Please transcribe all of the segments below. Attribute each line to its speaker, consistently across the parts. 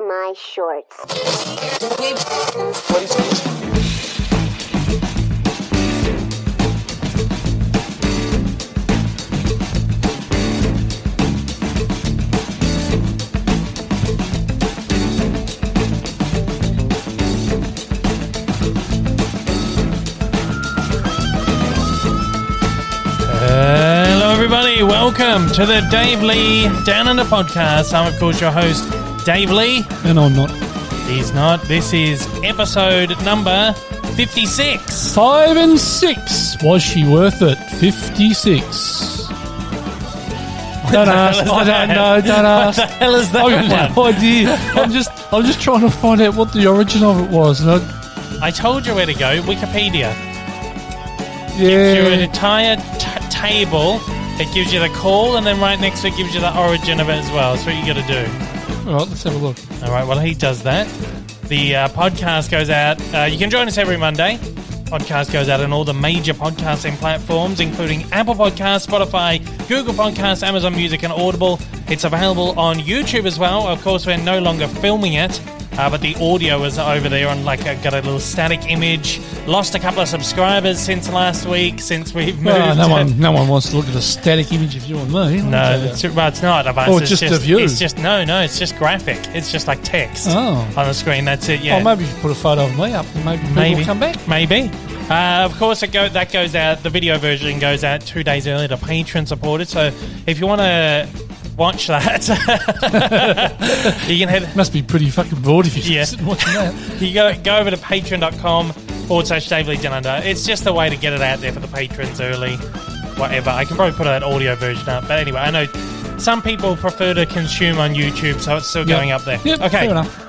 Speaker 1: my shorts.
Speaker 2: Hello, everybody. Welcome to the Dave Lee Down Under podcast. I'm, of course, your host, Dave Lee.
Speaker 3: And I'm not.
Speaker 2: He's not. This is episode number 56.
Speaker 3: Five and six. Was she worth it? 56. Don't ask. I don't know. Don't
Speaker 2: What
Speaker 3: ask. Oh,
Speaker 2: the hell is that
Speaker 3: I've got
Speaker 2: one?
Speaker 3: no idea. I'm just, I'm just trying to find out what the origin of it was. And I,
Speaker 2: I told you where to go. Wikipedia. Gives you an
Speaker 3: yeah,
Speaker 2: entire t- table. It gives you the call, and then right next to it gives you the origin of it as well. That's what you got to do.
Speaker 3: all right, let's have a look.
Speaker 2: All right. Well, he does that. The uh, podcast goes out. Uh, you can join us every Monday. Podcast goes out on all the major podcasting platforms, including Apple Podcasts, Spotify, Google Podcasts, Amazon Music, and Audible. It's available on YouTube as well. Of course, we're no longer filming it, uh, but the audio is over there on like a, got a little static image. Lost a couple of subscribers since last week, since we've moved.
Speaker 3: Well, Ah, no
Speaker 2: it.
Speaker 3: one, no one wants to look at a static image of you and me.
Speaker 2: No, it's, well, it's not of us.
Speaker 3: Or
Speaker 2: it's
Speaker 3: Oh, just of you.
Speaker 2: It's just no, no. It's just graphic. It's just like text
Speaker 3: Oh.
Speaker 2: on the screen. That's it. Yeah,
Speaker 3: Oh, maybe you should put a photo of me up, and maybe people
Speaker 2: maybe
Speaker 3: will come back.
Speaker 2: Maybe. Uh, of course, it go, that goes out. The video version goes out two days earlier to patron supporters. So if you want to watch that, you can head
Speaker 3: Must be pretty fucking bored if you
Speaker 2: Yeah.
Speaker 3: yeah. sit and watch that.
Speaker 2: you go go over to patreon.com forward slash Dave Lee Dunander. It's just the way to get it out there for the patrons early, whatever. I can probably put that audio version up. But anyway, I know some people prefer to consume on YouTube, so it's still going
Speaker 3: Yeah.
Speaker 2: up there.
Speaker 3: Yep,
Speaker 2: okay.
Speaker 3: Fair enough.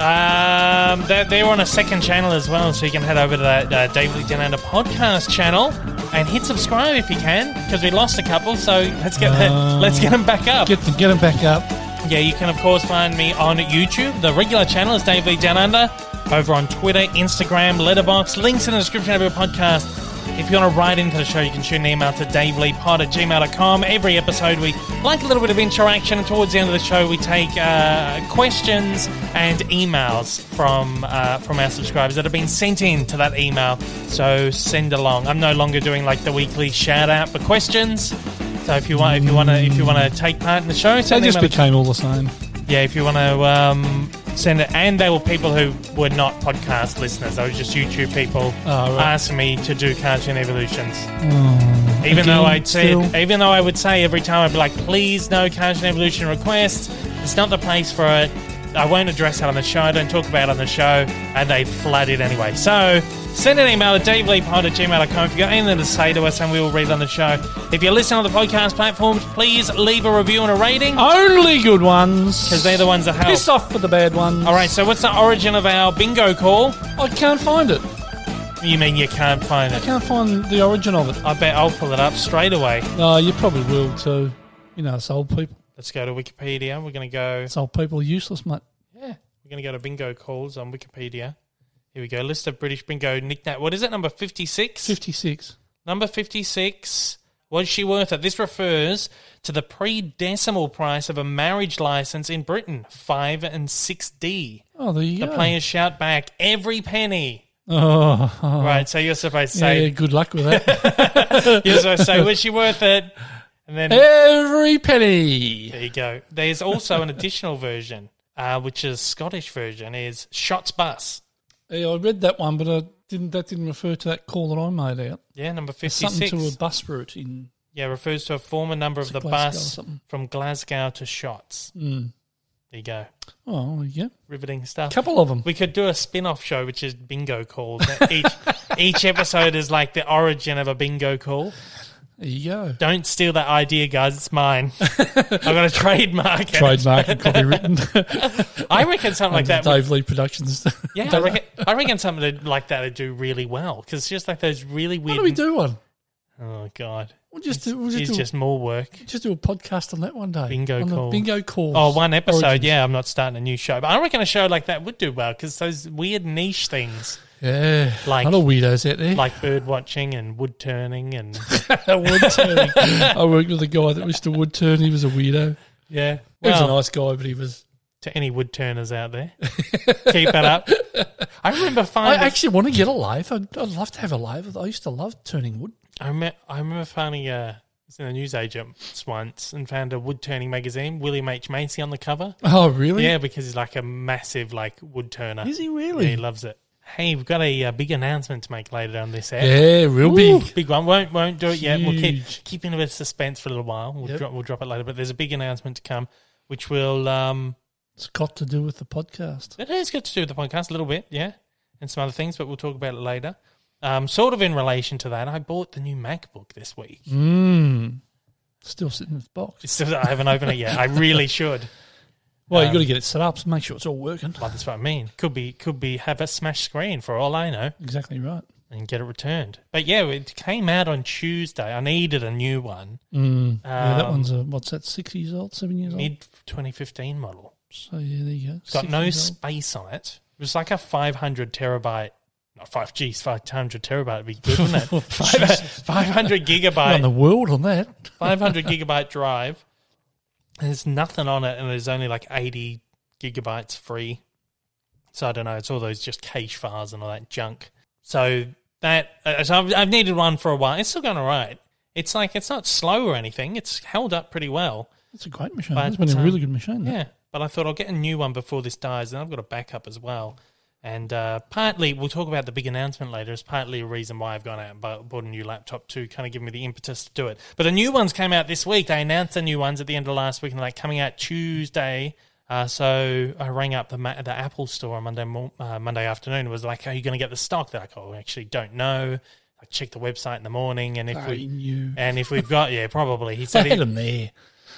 Speaker 2: Um, they're, they're on a second channel as well, so you can head over to that uh, Dave Lee Dunander podcast channel and hit subscribe if you can, because we lost a couple. So let's get that,
Speaker 3: Uh,
Speaker 2: let's get them back up.
Speaker 3: Get, them- get them back up.
Speaker 2: Yeah, you can of course find me on YouTube. The regular channel is Dave Lee Down Under. Over on Twitter, Instagram, Letterbox. Links in the description of your podcast. If you want to write into the show, you can shoot an email to daveleepod at gmail.com. Every episode, we like a little bit of interaction. And towards the end of the show, we take uh, questions and emails from uh, from our subscribers that have been sent in to that email. So send along. I'm no longer doing like the weekly shout out for questions. So if you want, if you want to, if you want to take part in the show,
Speaker 3: They
Speaker 2: send an
Speaker 3: just
Speaker 2: email to
Speaker 3: became all the same.
Speaker 2: yeah, if you want to um, send it, and they were people who were not podcast listeners; they were just YouTube people
Speaker 3: Oh, right. Mm.
Speaker 2: asked me to do Cartoon Evolutions. even though
Speaker 3: Again,
Speaker 2: I'd say,
Speaker 3: still?
Speaker 2: even though I would say every time, I'd be like, "Please, no Cartoon Evolution requests. It's not the place for it. I won't address that on the show. I don't talk about it on the show." And they flood it anyway. So. Send an email to daveleapod at gmail.com if you've got anything to say to us and we will read it on the show. If you're listening on the podcast platforms, please leave a review and a rating
Speaker 3: Only good ones.
Speaker 2: because they're the ones that help.
Speaker 3: Oh, Piss off for the bad ones.
Speaker 2: All right, so what's the origin of our bingo call?
Speaker 3: I can't find it.
Speaker 2: You mean you can't find
Speaker 3: I
Speaker 2: it?
Speaker 3: can't find the origin of it.
Speaker 2: I bet I'll pull it up straight away.
Speaker 3: No, you probably will too. You know, it's old people.
Speaker 2: Let's go to Wikipedia. We're gonna go.
Speaker 3: It's old people are useless, mate.
Speaker 2: Yeah, we're gonna go to bingo calls on Wikipedia. Here we go. List of British bingo nickname. What is it? Number fifty-six.
Speaker 3: Fifty-six.
Speaker 2: Number fifty-six. Was she worth it? This refers to the pre-decimal price of a marriage license in Britain, five and six D.
Speaker 3: Oh, there you
Speaker 2: The
Speaker 3: go.
Speaker 2: players shout back every penny.
Speaker 3: oh,
Speaker 2: Right, so you're supposed to
Speaker 3: yeah,
Speaker 2: say
Speaker 3: yeah, good luck with that.
Speaker 2: you're supposed to say was she worth it? And then
Speaker 3: Every penny.
Speaker 2: There you go. There's also an additional version, uh, which is Scottish version, is Shots Bus.
Speaker 3: Yeah, I read that one, but I didn't. That didn't refer to that call that I made out.
Speaker 2: Yeah, number
Speaker 3: Something
Speaker 2: 56.
Speaker 3: to a bus route in.
Speaker 2: yeah, refers to a former number of the
Speaker 3: Glasgow or
Speaker 2: bus
Speaker 3: something. Hmm.
Speaker 2: from Glasgow to Shots. There you go.
Speaker 3: Oh, yeah.
Speaker 2: Riveting stuff.
Speaker 3: A couple of them.
Speaker 2: we could do a spin-off show which is bingo calls. each each episode is like the origin of a bingo call.
Speaker 3: There you go.
Speaker 2: Don't steal that idea, guys. It's mine. I've got a trademark. it.
Speaker 3: Trademark and copywritten.
Speaker 2: I reckon something like that.
Speaker 3: Dave Lee Productions.
Speaker 2: Yeah, I reckon, I reckon something like that would do really well because it's just like those really weird.
Speaker 3: Why do we do one?
Speaker 2: Oh God,
Speaker 3: We'll just do, we'll
Speaker 2: it's
Speaker 3: just, do
Speaker 2: just more work.
Speaker 3: a, just do a podcast on that one day.
Speaker 2: Bingo
Speaker 3: on the
Speaker 2: calls.
Speaker 3: Bingo calls.
Speaker 2: Oh, one episode.
Speaker 3: Origins.
Speaker 2: Yeah, I'm not starting a new show, but I reckon a show like that would do well because those weird niche things
Speaker 3: Yeah.
Speaker 2: Like-
Speaker 3: Like, a lot of weirdos out there.
Speaker 2: like bird watching and wood turning and
Speaker 3: wood turning. I worked with a guy that was to wood turn. He was a weirdo.
Speaker 2: yeah,
Speaker 3: He was a
Speaker 2: well,
Speaker 3: nice guy, but he was
Speaker 2: to any wood turners out there. Keep that up. I remember
Speaker 3: I
Speaker 2: finding. I,
Speaker 3: actually want to get a lathe. I'd, I'd love to have a lathe. I used to love turning wood.
Speaker 2: remem- I remember finding uh, I was in a newsagent once and found a wood turning magazine, William H Macy on the cover.
Speaker 3: Oh, really?
Speaker 2: Yeah, because he's like a massive like wood turner.
Speaker 3: Is he
Speaker 2: Yeah,
Speaker 3: really?
Speaker 2: he loves it. Hey, we've got a, uh big announcement to make later on this app.
Speaker 3: Yeah, real big.
Speaker 2: Big one. Won't won't do it yet. We'll keep
Speaker 3: Huge.
Speaker 2: keeping a bit of suspense for a little while. We'll
Speaker 3: Yep.
Speaker 2: drop we'll drop it later. But there's a big announcement to come, which will um
Speaker 3: It's got to do with the podcast.
Speaker 2: it has got to do with the podcast a little bit, yeah, and some other things, but we'll talk about it later. Um, sort of in relation to that, I bought the new MacBook this week.
Speaker 3: Mm. Still sitting in the box.
Speaker 2: It's still- I haven't opened it yet. I really should.
Speaker 3: Well, you
Speaker 2: Um,
Speaker 3: got to get it set up, so make sure it's all working.
Speaker 2: But that's what I mean. Could be could be have a smashed screen for all I know.
Speaker 3: Exactly right.
Speaker 2: and get it returned. But yeah, it came out on Tuesday. I needed a new one,
Speaker 3: Mm. yeah, that
Speaker 2: Um,
Speaker 3: one's a, what's that, six years old, seven years old?
Speaker 2: mid 2015 model.
Speaker 3: So, yeah, there you go.
Speaker 2: It's got
Speaker 3: Six
Speaker 2: no
Speaker 3: years old.
Speaker 2: space on it. It was like a 500 terabyte, not 5 G's, 500 terabyte would be good, wouldn't it? Five- 500
Speaker 3: Oh, Not in
Speaker 2: gigabyte,
Speaker 3: the world on that.
Speaker 2: 500 gigabyte drive. And there's nothing on it, and there's only like 80 gigabytes free. So I don't know. It's all those just cache files and all that junk. So that uh, so I've, I've needed one for a while. It's still going all right. It's like it's not slow or anything. It's held up pretty well.
Speaker 3: It's a great machine.
Speaker 2: But,
Speaker 3: It's been a
Speaker 2: um,
Speaker 3: really good machine. that.
Speaker 2: Yeah. But I thought I'll get a new one before this dies, and I've got a backup as well. And uh, partly, we'll talk about the big announcement later. It's partly a reason why I've gone out and bu- bought a new laptop to kind of give me the impetus to do it. But the new ones came out this week. They announced the new ones at the end of last week, and they're like coming out Tuesday. Uh, so I rang up the ma- the Apple store on Monday mor- uh, Monday afternoon. and Was like, "Are you going to get the stock?" They're like, "Oh, we actually don't know." I checked the website in the morning, and if
Speaker 3: Oh,
Speaker 2: we
Speaker 3: you.
Speaker 2: and if we've got yeah, probably he said he,
Speaker 3: They had them there.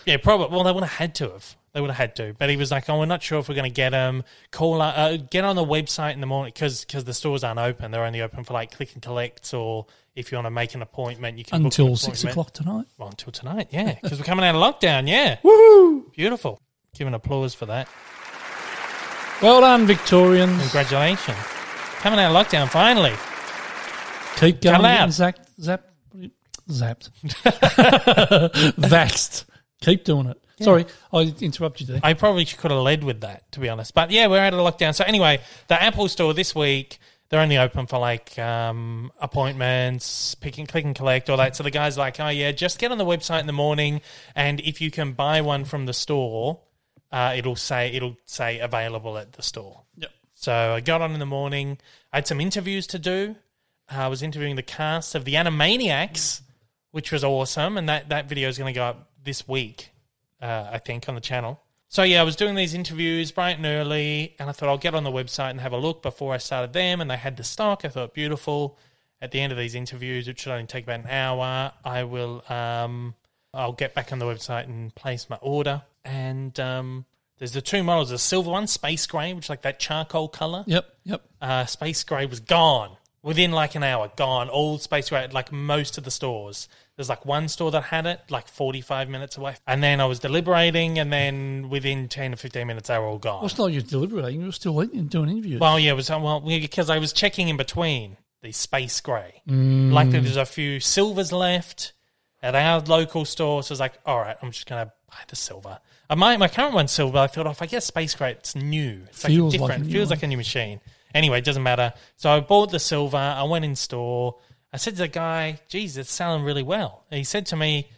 Speaker 2: yeah, probably. Well, they would have had to have. They would have had to. But he was like, "Oh, we're not sure if we're going to get them. Call, up- uh, get on the website in the morning because the stores aren't open. They're only open for like click and collects, or if you want to make an appointment, you can book an
Speaker 3: Until six
Speaker 2: appointment."
Speaker 3: o'clock tonight.
Speaker 2: Well, until tonight, yeah, because we're coming out of lockdown. Yeah,
Speaker 3: Woohoo!
Speaker 2: beautiful. Give an applause for that.
Speaker 3: Well done, Victorians.
Speaker 2: Congratulations. Coming out of lockdown finally.
Speaker 3: Keep going.
Speaker 2: Come out.
Speaker 3: getting Zapped. Zap, zapped. Vaxed. Keep doing it. Sorry, I interrupted you there.
Speaker 2: I probably should- could have led with that, to be honest. But yeah, we're out of lockdown. So anyway, the Apple Store this week, they're only open for like um, appointments, pick and click and collect, all that. So the guy's like, oh yeah, just get on the website in the morning, and if you can buy one from the store, uh, it'll say it'll say available at the store.
Speaker 3: Yep.
Speaker 2: So I got on in the morning. I had some interviews to do. I uh, was interviewing the cast of the Animaniacs, which was awesome, and that that video is going to go up this week, uh, I think, on the channel. So yeah, I was doing these interviews bright and early, and I thought I'll get on the website and have a look before I started them. And they had the stock. I thought beautiful. At the end of these interviews, which should only take about an hour, I will um, I'll get back on the website and place my order. And um, there's the two models: the silver one, space grey, which is like that charcoal color.
Speaker 3: Yep, yep.
Speaker 2: Uh, space grey was gone within like an hour. Gone. All space grey, like most of the stores. There's like one store that had it, like 45 minutes away. And then I was deliberating, and then within 10 or 15 minutes, they were all gone.
Speaker 3: Well, it's not you deliberating. You're still eating and doing interviews.
Speaker 2: Well, yeah, it was uh, well because I was checking in between the space grey. Likely there's a few silvers left at our local store, so I was like, all right, I'm just gonna buy the silver. Uh, my my current one's silver. but I thought, oh, if I get space grey, it's new. It's
Speaker 3: Feels
Speaker 2: like
Speaker 3: like a
Speaker 2: different.
Speaker 3: new
Speaker 2: feels
Speaker 3: one.
Speaker 2: like a new machine. Anyway, it doesn't matter. So I bought the silver. I went in store. I said to the guy, "Geez, it's selling really well." And he said to me,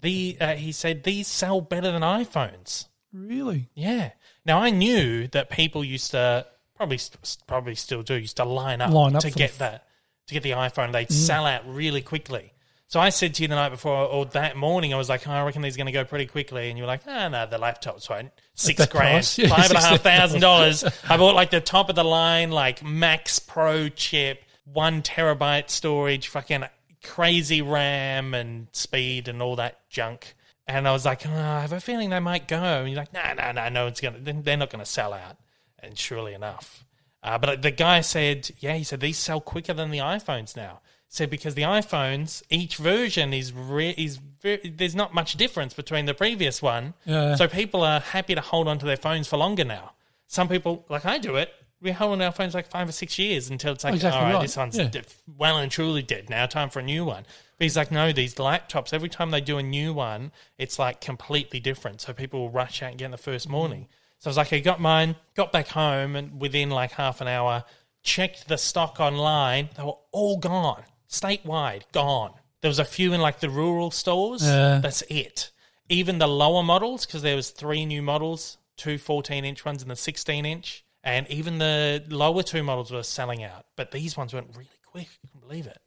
Speaker 2: "The uh, he said these sell better than iPhones."
Speaker 3: really?
Speaker 2: Yeah. Now I knew that people used to probably st- probably still do used to line up,
Speaker 3: Line up
Speaker 2: to
Speaker 3: for
Speaker 2: get
Speaker 3: the- Mm.
Speaker 2: that to get the iPhone. They'd sell out really quickly. So I said to you the night before or that morning, I was like, oh, I reckon these are going to go pretty quickly. And you were like, ah, no, the laptops won't. Six
Speaker 3: that
Speaker 2: grand,
Speaker 3: price? Yeah,
Speaker 2: five and a half
Speaker 3: six
Speaker 2: thousand dollars. I bought like the top of the line, like Max Pro chip, one terabyte storage, fucking crazy RAM and speed and all that junk. And I was like, oh, I have a feeling they might go. And you're like, no, no, no, no, it's gonna. They're not going to sell out. And surely enough, uh, but the guy said, yeah, he said these sell quicker than the iPhones now. Said because the iPhones, each version is re- is very, there's not much difference between the previous one.
Speaker 3: Yeah.
Speaker 2: So people are happy to hold on to their phones for longer now. Some people, like I do it, we hold on to our phones like five or six years until it's like,
Speaker 3: Oh, Exactly
Speaker 2: all right,
Speaker 3: right.
Speaker 2: this one's
Speaker 3: Yeah.
Speaker 2: de- well and truly dead now, time for a new one. But he's like, no, these laptops,
Speaker 3: Mm.
Speaker 2: every time they do a new one, it's like completely different. So people will rush out and get in the first morning. So I was like, I got mine, got back home, and within like half an hour, checked the stock online. They were all gone, statewide, gone. There was a few in like the rural stores.
Speaker 3: Yeah.
Speaker 2: That's it. Even the lower models, because there was three new models, two 14 inch ones and the 16 inch, and even the lower two models were selling out. But these ones went really quick. I can believe it.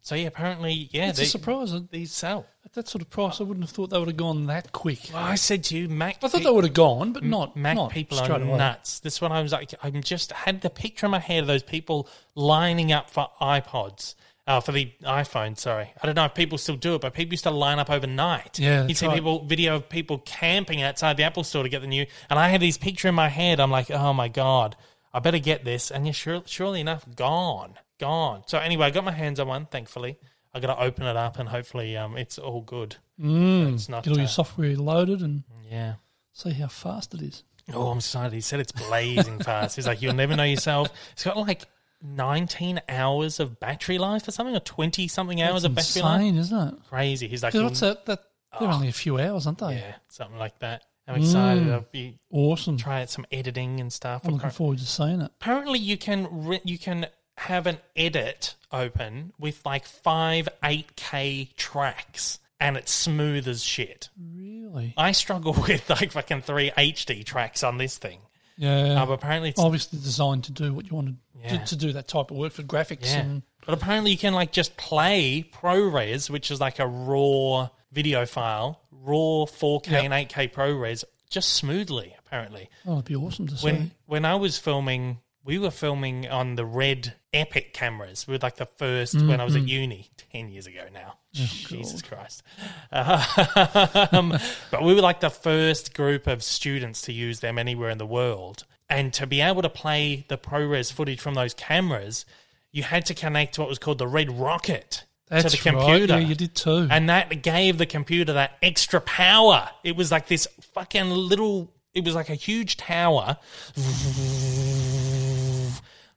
Speaker 2: So yeah, apparently, yeah,
Speaker 3: It's a surprise. At
Speaker 2: these sell.
Speaker 3: that sort of price, I wouldn't have thought they would have gone that quick.
Speaker 2: I said to you, Mac.
Speaker 3: I thought they would have gone, but not
Speaker 2: Mac
Speaker 3: not
Speaker 2: people are
Speaker 3: straight away.
Speaker 2: nuts. This one I was like, I'm just had the picture in my head of those people lining up for iPods. Uh, for the iPhone, sorry, I don't know if people still do it, but people used to line up overnight.
Speaker 3: Yeah,
Speaker 2: you
Speaker 3: that's
Speaker 2: see
Speaker 3: right.
Speaker 2: people video of people camping outside the Apple Store to get the new. And I had these picture in my head. I'm like, oh my god, I better get this. And yeah, sure, surely enough, gone, gone. So anyway, I got my hands on one. Thankfully, I got to open it up and hopefully, um, it's all good. it's not.
Speaker 3: Mm. Get all
Speaker 2: uh, Mm.
Speaker 3: your software loaded and
Speaker 2: yeah.
Speaker 3: see how fast it is.
Speaker 2: Oh, I'm excited. He said it's blazing fast. He's like, you'll never know yourself. It's got like 19 hours of battery life or something, or 20 something hours of battery life.
Speaker 3: Insane, isn't it?
Speaker 2: Crazy. He's like,
Speaker 3: 'Cause what's
Speaker 2: "You'll-"
Speaker 3: that? That they're only a few hours, aren't they?
Speaker 2: yeah, something like that. I'm excited. I'll be
Speaker 3: Awesome.
Speaker 2: try out some editing and stuff.
Speaker 3: Mm. I'm looking forward to seeing it.
Speaker 2: Apparently, you can re- you can have an edit open with like five 8K tracks, and it's smooth as shit.
Speaker 3: Really?
Speaker 2: I struggle with like fucking three HD tracks on this thing.
Speaker 3: Yeah.
Speaker 2: Um, apparently, it's
Speaker 3: Obviously designed to do what you wanted
Speaker 2: Yeah.
Speaker 3: to, to do that type of work for graphics
Speaker 2: Yeah.
Speaker 3: and
Speaker 2: But apparently, you can like just play ProRes, which is like a raw video file, raw 4K
Speaker 3: Yeah.
Speaker 2: and 8K ProRes, just smoothly. Apparently,
Speaker 3: oh, it'd be awesome to see.
Speaker 2: when when I was filming, we were filming on the red Epic cameras. We were like the 1st when I was
Speaker 3: Mm-hmm.
Speaker 2: at uni ten years ago
Speaker 3: Oh,
Speaker 2: now. Jesus Christ! Um, but we were like the first group of students to use them anywhere in the world, and to be able to play the ProRes footage from those cameras, you had to connect what was called the red rocket
Speaker 3: That's
Speaker 2: to the computer.
Speaker 3: right. Yeah, you did too.
Speaker 2: And that gave the computer that extra power. It was like this fucking little, it was like a huge tower.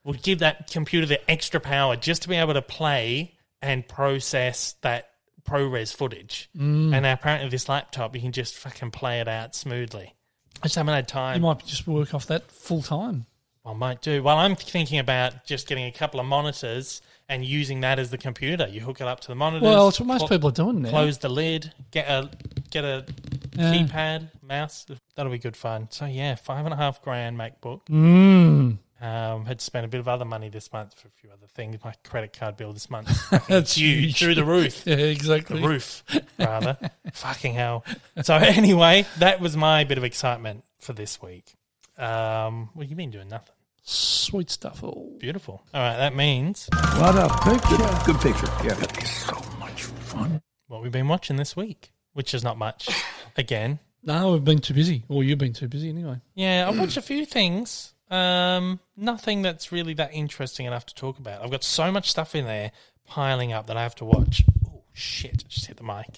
Speaker 2: Would give that computer the extra power just to be able to play and process that ProRes footage.
Speaker 3: Mm.
Speaker 2: And apparently, this laptop, you can just fucking play it out smoothly. I just haven't had time.
Speaker 3: you might just work off that full time.
Speaker 2: I might do. Well, I'm thinking about just getting a couple of monitors and using that as the computer. You hook it up to the monitors.
Speaker 3: Well, it's what most
Speaker 2: cl-
Speaker 3: people are doing now.
Speaker 2: close the lid, get a get a
Speaker 3: Yeah.
Speaker 2: keypad mouse. That'll be good fun. So yeah, five and a half grand MacBook.
Speaker 3: Mm.
Speaker 2: Um, had spent a bit of other money this month for a few other things. My credit card bill this month
Speaker 3: That's
Speaker 2: huge through the roof.
Speaker 3: Yeah, exactly.
Speaker 2: The roof, rather. Fucking hell. So anyway, that was my bit of excitement for this week. Um, well, you've been doing nothing.
Speaker 3: Sweet stuff. Oh. All.
Speaker 2: Beautiful. All right, that means
Speaker 1: What a picture. Good picture. Yeah. It is so much fun.
Speaker 2: what we've been watching this week, which is not much. Again,
Speaker 3: No, we've been too busy. Or you've been too busy anyway.
Speaker 2: Yeah, I watched a few things. Um, nothing that's really that interesting enough to talk about. I've got so much stuff in there piling up that I have to watch. Oh shit! I Just hit the mic.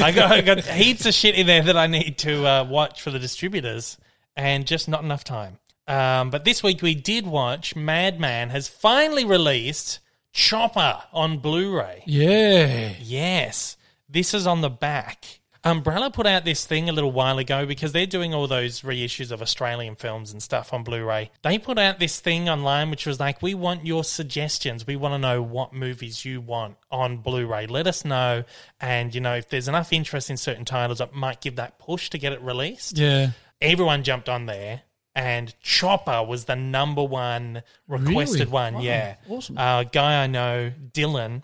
Speaker 2: I got, I got heaps of shit in there that I need to uh, watch for the distributors, and just not enough time. Um, but this week we did watch Madman has finally released Chopper on Blu-ray.
Speaker 3: Yeah.
Speaker 2: Yes. This is on the back. Umbrella put out this thing a little while ago because they're doing all those reissues of Australian films and stuff on Blu ray. They put out this thing online which was like, We want your suggestions. We want to know what movies you want on Blu ray. Let us know. And, you know, if there's enough interest in certain titles, it might give that push to get it released
Speaker 3: Yeah.
Speaker 2: everyone jumped on there, and Chopper was the number one requested
Speaker 3: Really?
Speaker 2: one.
Speaker 3: Wow.
Speaker 2: Yeah,
Speaker 3: Awesome.
Speaker 2: Uh, guy I know, Dylan.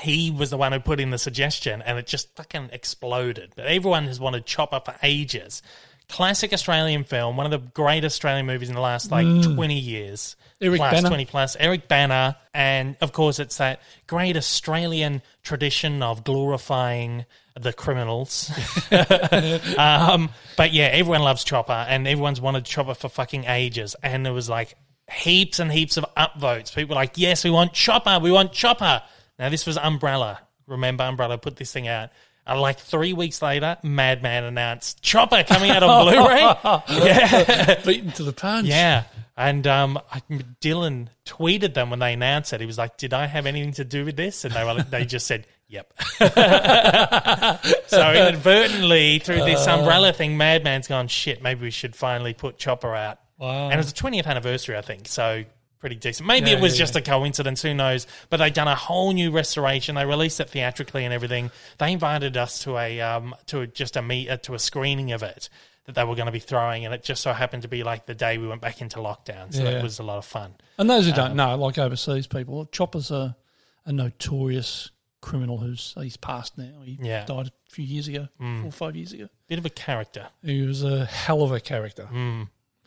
Speaker 2: He was the one who put in the suggestion, and it just fucking exploded. But everyone has wanted Chopper for ages. Classic Australian film, one of the great Australian movies in the last like twenty years.
Speaker 3: Mm. Eric
Speaker 2: plus,
Speaker 3: Banner.
Speaker 2: 20 plus. Eric Banner, and of course, it's that great Australian tradition of glorifying the criminals. Um, but yeah, everyone loves Chopper, and everyone's wanted Chopper for fucking ages. And there was like heaps and heaps of upvotes. People were like, yes, we want Chopper, we want Chopper. Now this was Umbrella. Remember, Umbrella put this thing out. And like three weeks later, Madman announced Chopper coming out on Blu-ray. yeah,
Speaker 3: Beaten to the punch.
Speaker 2: yeah. And um, I, Dylan tweeted them when they announced it. He was like, "Did I have anything to do with this?" And they were, they just said, Yep. so inadvertently, through this
Speaker 3: Uh.
Speaker 2: umbrella thing, Madman's gone, shit, maybe we should finally put Chopper out.
Speaker 3: Wow.
Speaker 2: And it's the 20th anniversary, I think. So pretty decent. Maybe
Speaker 3: Yeah,
Speaker 2: it was
Speaker 3: yeah,
Speaker 2: just a coincidence. Who knows? But they done a whole new restoration. They released it theatrically and everything. They invited us to a um, to a, just a meet uh, to a screening of it that they were going to be throwing, and it just so happened to be like the day we went back into lockdown. So
Speaker 3: Yeah.
Speaker 2: that was a lot of fun.
Speaker 3: And those who don't know, like overseas people, Chopper's a, a notorious criminal who's he's passed now. He
Speaker 2: Yeah.
Speaker 3: died a few years ago, four or five years ago.
Speaker 2: Bit of a character.
Speaker 3: He was a hell of a character.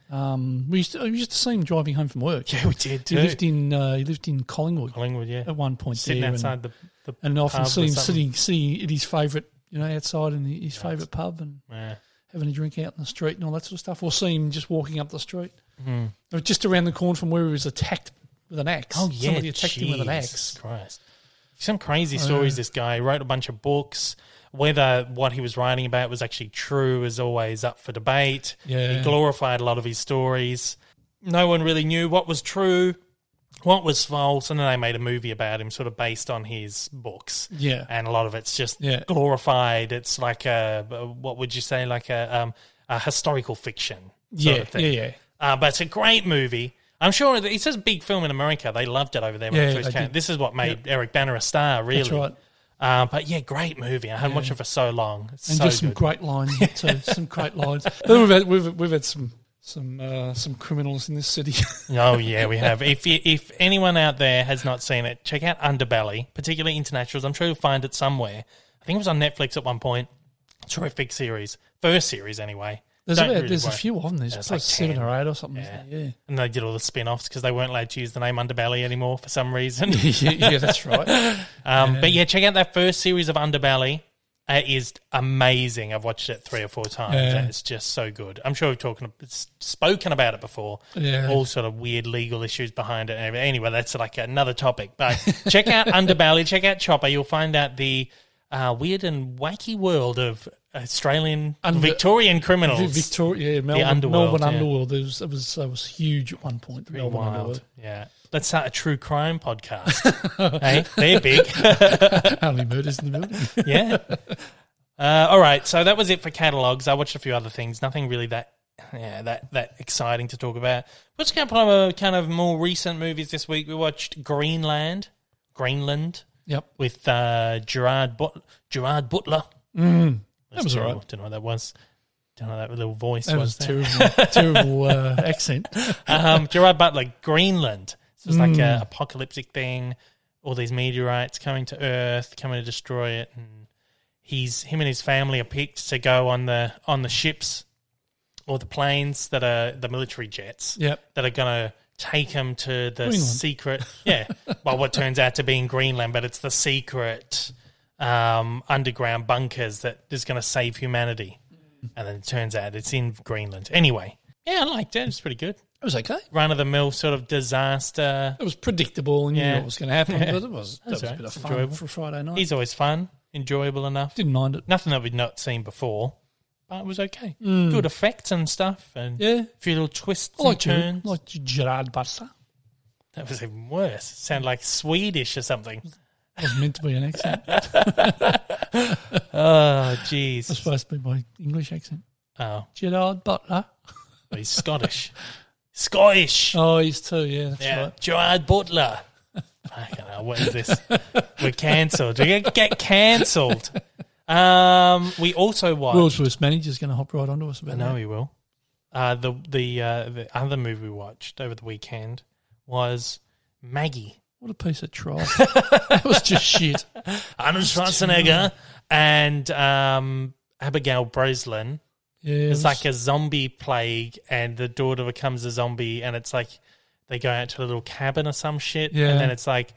Speaker 3: Um, we used to, we used to see him driving home from work.
Speaker 2: Yeah, we did
Speaker 3: He
Speaker 2: too.
Speaker 3: lived in uh, he lived in Collingwood
Speaker 2: Collingwood, yeah.
Speaker 3: at one point
Speaker 2: Sitting
Speaker 3: there, and-
Speaker 2: outside the, the
Speaker 3: and, often
Speaker 2: pub or
Speaker 3: see him
Speaker 2: something.
Speaker 3: sitting sitting at his favourite you know outside in his favourite pub and
Speaker 2: Yeah.
Speaker 3: having a drink out in the street and all that sort of stuff. Or see him just walking up the street,
Speaker 2: Hmm.
Speaker 3: Or just around the corner from where he was attacked with an axe.
Speaker 2: Oh yeah,
Speaker 3: somebody attacked him with an
Speaker 2: Jesus
Speaker 3: axe.
Speaker 2: Christ, some crazy stories. This guy wrote a bunch of books. Whether what he was writing about was actually true is always up for debate.
Speaker 3: Yeah.
Speaker 2: he glorified a lot of his stories. No one really knew what was true, what was false, and then they made a movie about him, sort of based on his books.
Speaker 3: Yeah.
Speaker 2: and a lot of it's just
Speaker 3: Yeah.
Speaker 2: glorified. It's like a what would you say, like a, um, a historical fiction. Sort
Speaker 3: Yeah,
Speaker 2: of thing.
Speaker 3: yeah, yeah.
Speaker 2: Uh, but it's a great movie. I'm sure that- it says big film in America. They loved it over there when
Speaker 3: Yeah,
Speaker 2: it first
Speaker 3: they
Speaker 2: came.
Speaker 3: did.
Speaker 2: This is what made Eric Banner a star, really.
Speaker 3: That's right.
Speaker 2: Uh, but yeah, great movie. I hadn't watched it for so long. It's
Speaker 3: and
Speaker 2: so
Speaker 3: just some
Speaker 2: good.
Speaker 3: great lines too. some great lines. Then we've had we've, we've had some some uh, some criminals in this city.
Speaker 2: Oh yeah, we have. If you, if anyone out there has not seen it, check out Underbelly, particularly Internationals. I'm sure you'll find it somewhere. I think it was on Netflix at one point. Terrific series, first series anyway.
Speaker 3: There's
Speaker 2: Don't
Speaker 3: about,
Speaker 2: really
Speaker 3: there's a
Speaker 2: worry.
Speaker 3: few of them. There's
Speaker 2: There's
Speaker 3: like,
Speaker 2: like
Speaker 3: seven
Speaker 2: 10.
Speaker 3: or eight or something. isn't there?
Speaker 2: And they did all the spin-offs because they weren't allowed to use the name Underbelly anymore for some reason.
Speaker 3: Yeah. yeah, yeah, that's right.
Speaker 2: Um, But yeah, check out that first series of Underbelly. It is amazing. I've watched it three or four times,
Speaker 3: Yeah.
Speaker 2: and it's just so good. I'm sure we've talking, s- spoken about it before.
Speaker 3: Yeah.
Speaker 2: All sort of weird legal issues behind it. and everything. Anyway, that's like another topic. But check out Underbelly. Check out Chopper. You'll find out the uh, weird and wacky world of Australian
Speaker 3: Under-
Speaker 2: Victorian criminals.
Speaker 3: Vi- Victoria, yeah, Melbourne
Speaker 2: underworld,
Speaker 3: Melbourne
Speaker 2: yeah.
Speaker 3: underworld. It was it was it was huge at one point. The Melbourne
Speaker 2: Wild.
Speaker 3: underworld.
Speaker 2: Yeah. Let's start a true crime podcast. hey, they're big.
Speaker 3: Only murders in the building.
Speaker 2: yeah. Uh, all right, so that was it for catalogs. I watched a few other things. Nothing really that, yeah, that that exciting to talk about. What's going on of kind of more recent movies this week? We watched Greenland, Greenland
Speaker 3: Yep,
Speaker 2: with uh, Gerard but- Gerard Butler. Mm,
Speaker 3: that was all
Speaker 2: terrible.
Speaker 3: right.
Speaker 2: Don't know what that was. Don't know what that little voice
Speaker 3: that was
Speaker 2: was. there.
Speaker 3: terrible, terrible uh, accent.
Speaker 2: um, Gerard Butler, Greenland. So it's like a apocalyptic thing. All these meteorites coming to Earth, coming to destroy it, and he's him and his family are picked to go on the on the ships or the planes that are the military jets
Speaker 3: Yep.
Speaker 2: that are going to take him to the
Speaker 3: Greenland.
Speaker 2: secret. Yeah, well, what turns out to be in Greenland, but it's the secret um, underground bunkers that is going to save humanity. And then it turns out it's in Greenland. Anyway, Mm. yeah, I liked it. It's pretty good
Speaker 3: It was okay.
Speaker 2: run of the mill sort of disaster.
Speaker 3: It was predictable and you
Speaker 2: Yeah.
Speaker 3: knew what was going to happen, but it was, that
Speaker 2: That's
Speaker 3: was a
Speaker 2: right.
Speaker 3: bit of
Speaker 2: It's
Speaker 3: fun
Speaker 2: enjoyable.
Speaker 3: for a Friday night.
Speaker 2: He's always fun, enjoyable enough.
Speaker 3: Didn't mind it.
Speaker 2: Nothing that we'd not seen before, but it was okay. Good effects and stuff, and
Speaker 3: Hmm. Yeah.
Speaker 2: a few little twists
Speaker 3: I like
Speaker 2: and turns.
Speaker 3: like Gerard Butler.
Speaker 2: that was even worse. Sound like Swedish or something.
Speaker 3: It was meant to be an accent. It Ah,
Speaker 2: Oh,
Speaker 3: was
Speaker 2: jeez.
Speaker 3: supposed to be my English accent.
Speaker 2: Oh,
Speaker 3: Gerard Butler.
Speaker 2: he's Scottish. Scottish.
Speaker 3: Oh, he's too. Yeah, that's
Speaker 2: yeah,
Speaker 3: right.
Speaker 2: Gerard Butler. Fucking hell, what is this? We're cancelled. We're gonna get cancelled. Um, we also watched.
Speaker 3: World's worst manager's going to hop right onto us about
Speaker 2: No,
Speaker 3: that.
Speaker 2: he will. Uh, the the uh, the other movie we watched over the weekend was Maggie.
Speaker 3: What a piece of trash. that was just shit.
Speaker 2: Arnold Schwarzenegger and um, Abigail Breslin.
Speaker 3: Yeah, it
Speaker 2: It's
Speaker 3: was-
Speaker 2: like a zombie plague, and the daughter becomes a zombie, and it's like they go out to a little cabin or some shit,
Speaker 3: Yeah.
Speaker 2: and then it's like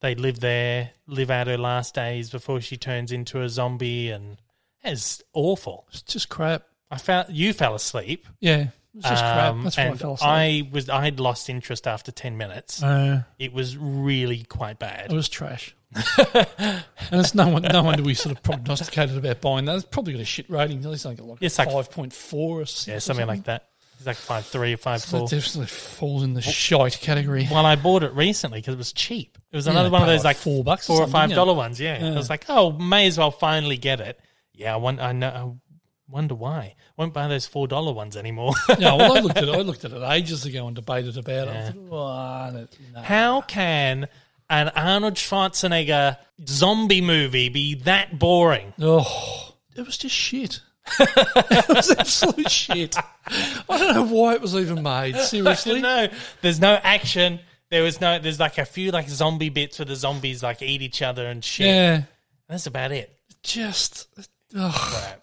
Speaker 2: they live there, live out her last days before she turns into a zombie, and it's awful.
Speaker 3: it's just crap.
Speaker 2: I found you fell asleep.
Speaker 3: Yeah, it was just
Speaker 2: Um,
Speaker 3: crap. That's why I
Speaker 2: and
Speaker 3: fell asleep.
Speaker 2: I was I had lost interest after ten minutes.
Speaker 3: Uh, Oh,
Speaker 2: It was really quite
Speaker 3: it
Speaker 2: bad.
Speaker 3: was trash. and it's no one, no wonder we sort of prognosticated about buying that. It's probably got a shit rating. At least I think like
Speaker 2: It's like-
Speaker 3: five point four or six
Speaker 2: Yeah,
Speaker 3: or
Speaker 2: something like that. He's like five three or five
Speaker 3: That
Speaker 2: four.
Speaker 3: definitely falls in the shite category.
Speaker 2: Well, I bought it recently because it was cheap. It was another
Speaker 3: they
Speaker 2: one of
Speaker 3: pay
Speaker 2: those
Speaker 3: like
Speaker 2: like
Speaker 3: four bucks or
Speaker 2: four or,
Speaker 3: something,
Speaker 2: five
Speaker 3: yeah.
Speaker 2: dollar ones. Yeah. I was like, oh, may as well finally get it. Yeah, I, won- I, know, I wonder why. Won't buy those four dollar ones anymore.
Speaker 3: No, well, I looked at it. I looked at it ages ago and debated about it. I thought, "Oh, I don't know."
Speaker 2: How can an Arnold Schwarzenegger zombie movie be that boring?
Speaker 3: Oh, it was just shit. it was absolute shit. I don't know why it was even made. Seriously,
Speaker 2: no, there's no action. There was no. There's like a few like zombie bits where the zombies like eat each other and shit.
Speaker 3: yeah,
Speaker 2: That's about it.
Speaker 3: just. ugh.
Speaker 2: Crap.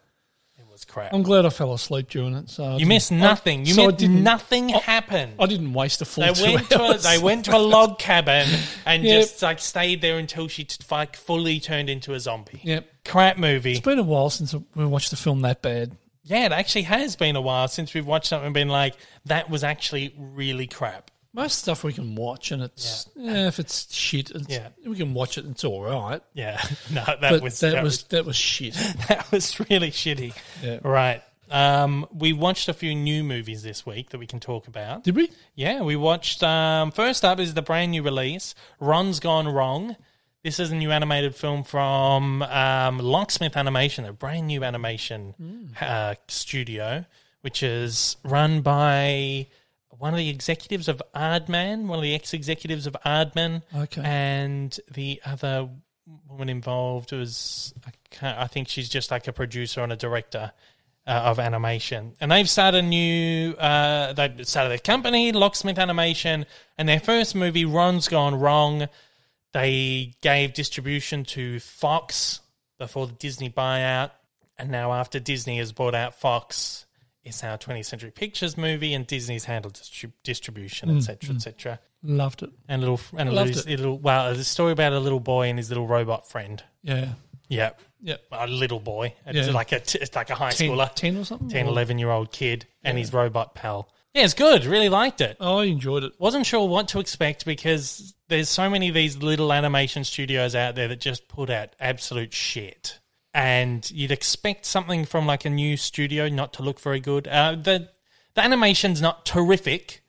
Speaker 2: It was crap.
Speaker 3: I'm glad I fell asleep during it. So Um, I
Speaker 2: you
Speaker 3: didn't-
Speaker 2: missed nothing. You
Speaker 3: so I
Speaker 2: missed
Speaker 3: didn't-
Speaker 2: nothing happened.
Speaker 3: I didn't waste a full
Speaker 2: They
Speaker 3: two
Speaker 2: went to a,
Speaker 3: hours.
Speaker 2: they went to a log cabin and
Speaker 3: Yep.
Speaker 2: just like stayed there until she t- like fully turned into a zombie.
Speaker 3: Yep.
Speaker 2: Crap movie.
Speaker 3: It's been a while since we watched the film that bad.
Speaker 2: Yeah, it actually has been a while since we've watched something and been like, that was actually really crap.
Speaker 3: Most stuff we can watch, and it's yeah. if it's shit, it's,
Speaker 2: Yeah.
Speaker 3: we can watch it. and It's all right,
Speaker 2: Yeah, no, that
Speaker 3: but
Speaker 2: was
Speaker 3: that, was, that was shit.
Speaker 2: that was really shitty.
Speaker 3: Yeah.
Speaker 2: Right. Um, we watched a few new movies this week that we can talk about.
Speaker 3: Did we?
Speaker 2: Yeah, we watched. Um, first up is the brand new release, Ron's Gone Wrong. This is a new animated film from um, Locksmith Animation, a brand new animation
Speaker 3: Hmm.
Speaker 2: uh, studio, which is run by one of the executives of Aardman, one of the ex executives of Aardman.
Speaker 3: Okay.
Speaker 2: And the other woman involved was, I, can't, I think she's just like a producer and a director uh, of animation. And they've started a new, uh, they started their company, Locksmith Animation, and their first movie, Ron's Gone Wrong, they gave distribution to Fox before the Disney buyout. And now, after Disney has bought out Fox, it's our 20th Century Pictures movie, and Disney's handled distrib- distribution, etc., etc.
Speaker 3: Loved it.
Speaker 2: And little, and a
Speaker 3: Mm, Loved
Speaker 2: little,
Speaker 3: it.
Speaker 2: little, well, there's a story about a little boy and his little robot friend.
Speaker 3: Yeah,
Speaker 2: Yeah,
Speaker 3: yeah.
Speaker 2: a little boy,
Speaker 3: Yeah.
Speaker 2: it's like a, t- it's like a high
Speaker 3: Ten,
Speaker 2: schooler,
Speaker 3: 10 or something.
Speaker 2: 10,
Speaker 3: Or-
Speaker 2: 11 year old kid and his robot pal. Oh. Yeah, it's good. Really liked it.
Speaker 3: Oh, I enjoyed it.
Speaker 2: Wasn't sure what to expect because there's so many of these little animation studios out there that just put out absolute shit. And you'd expect something from like a new studio not to look very good. Uh, the the animation's not terrific.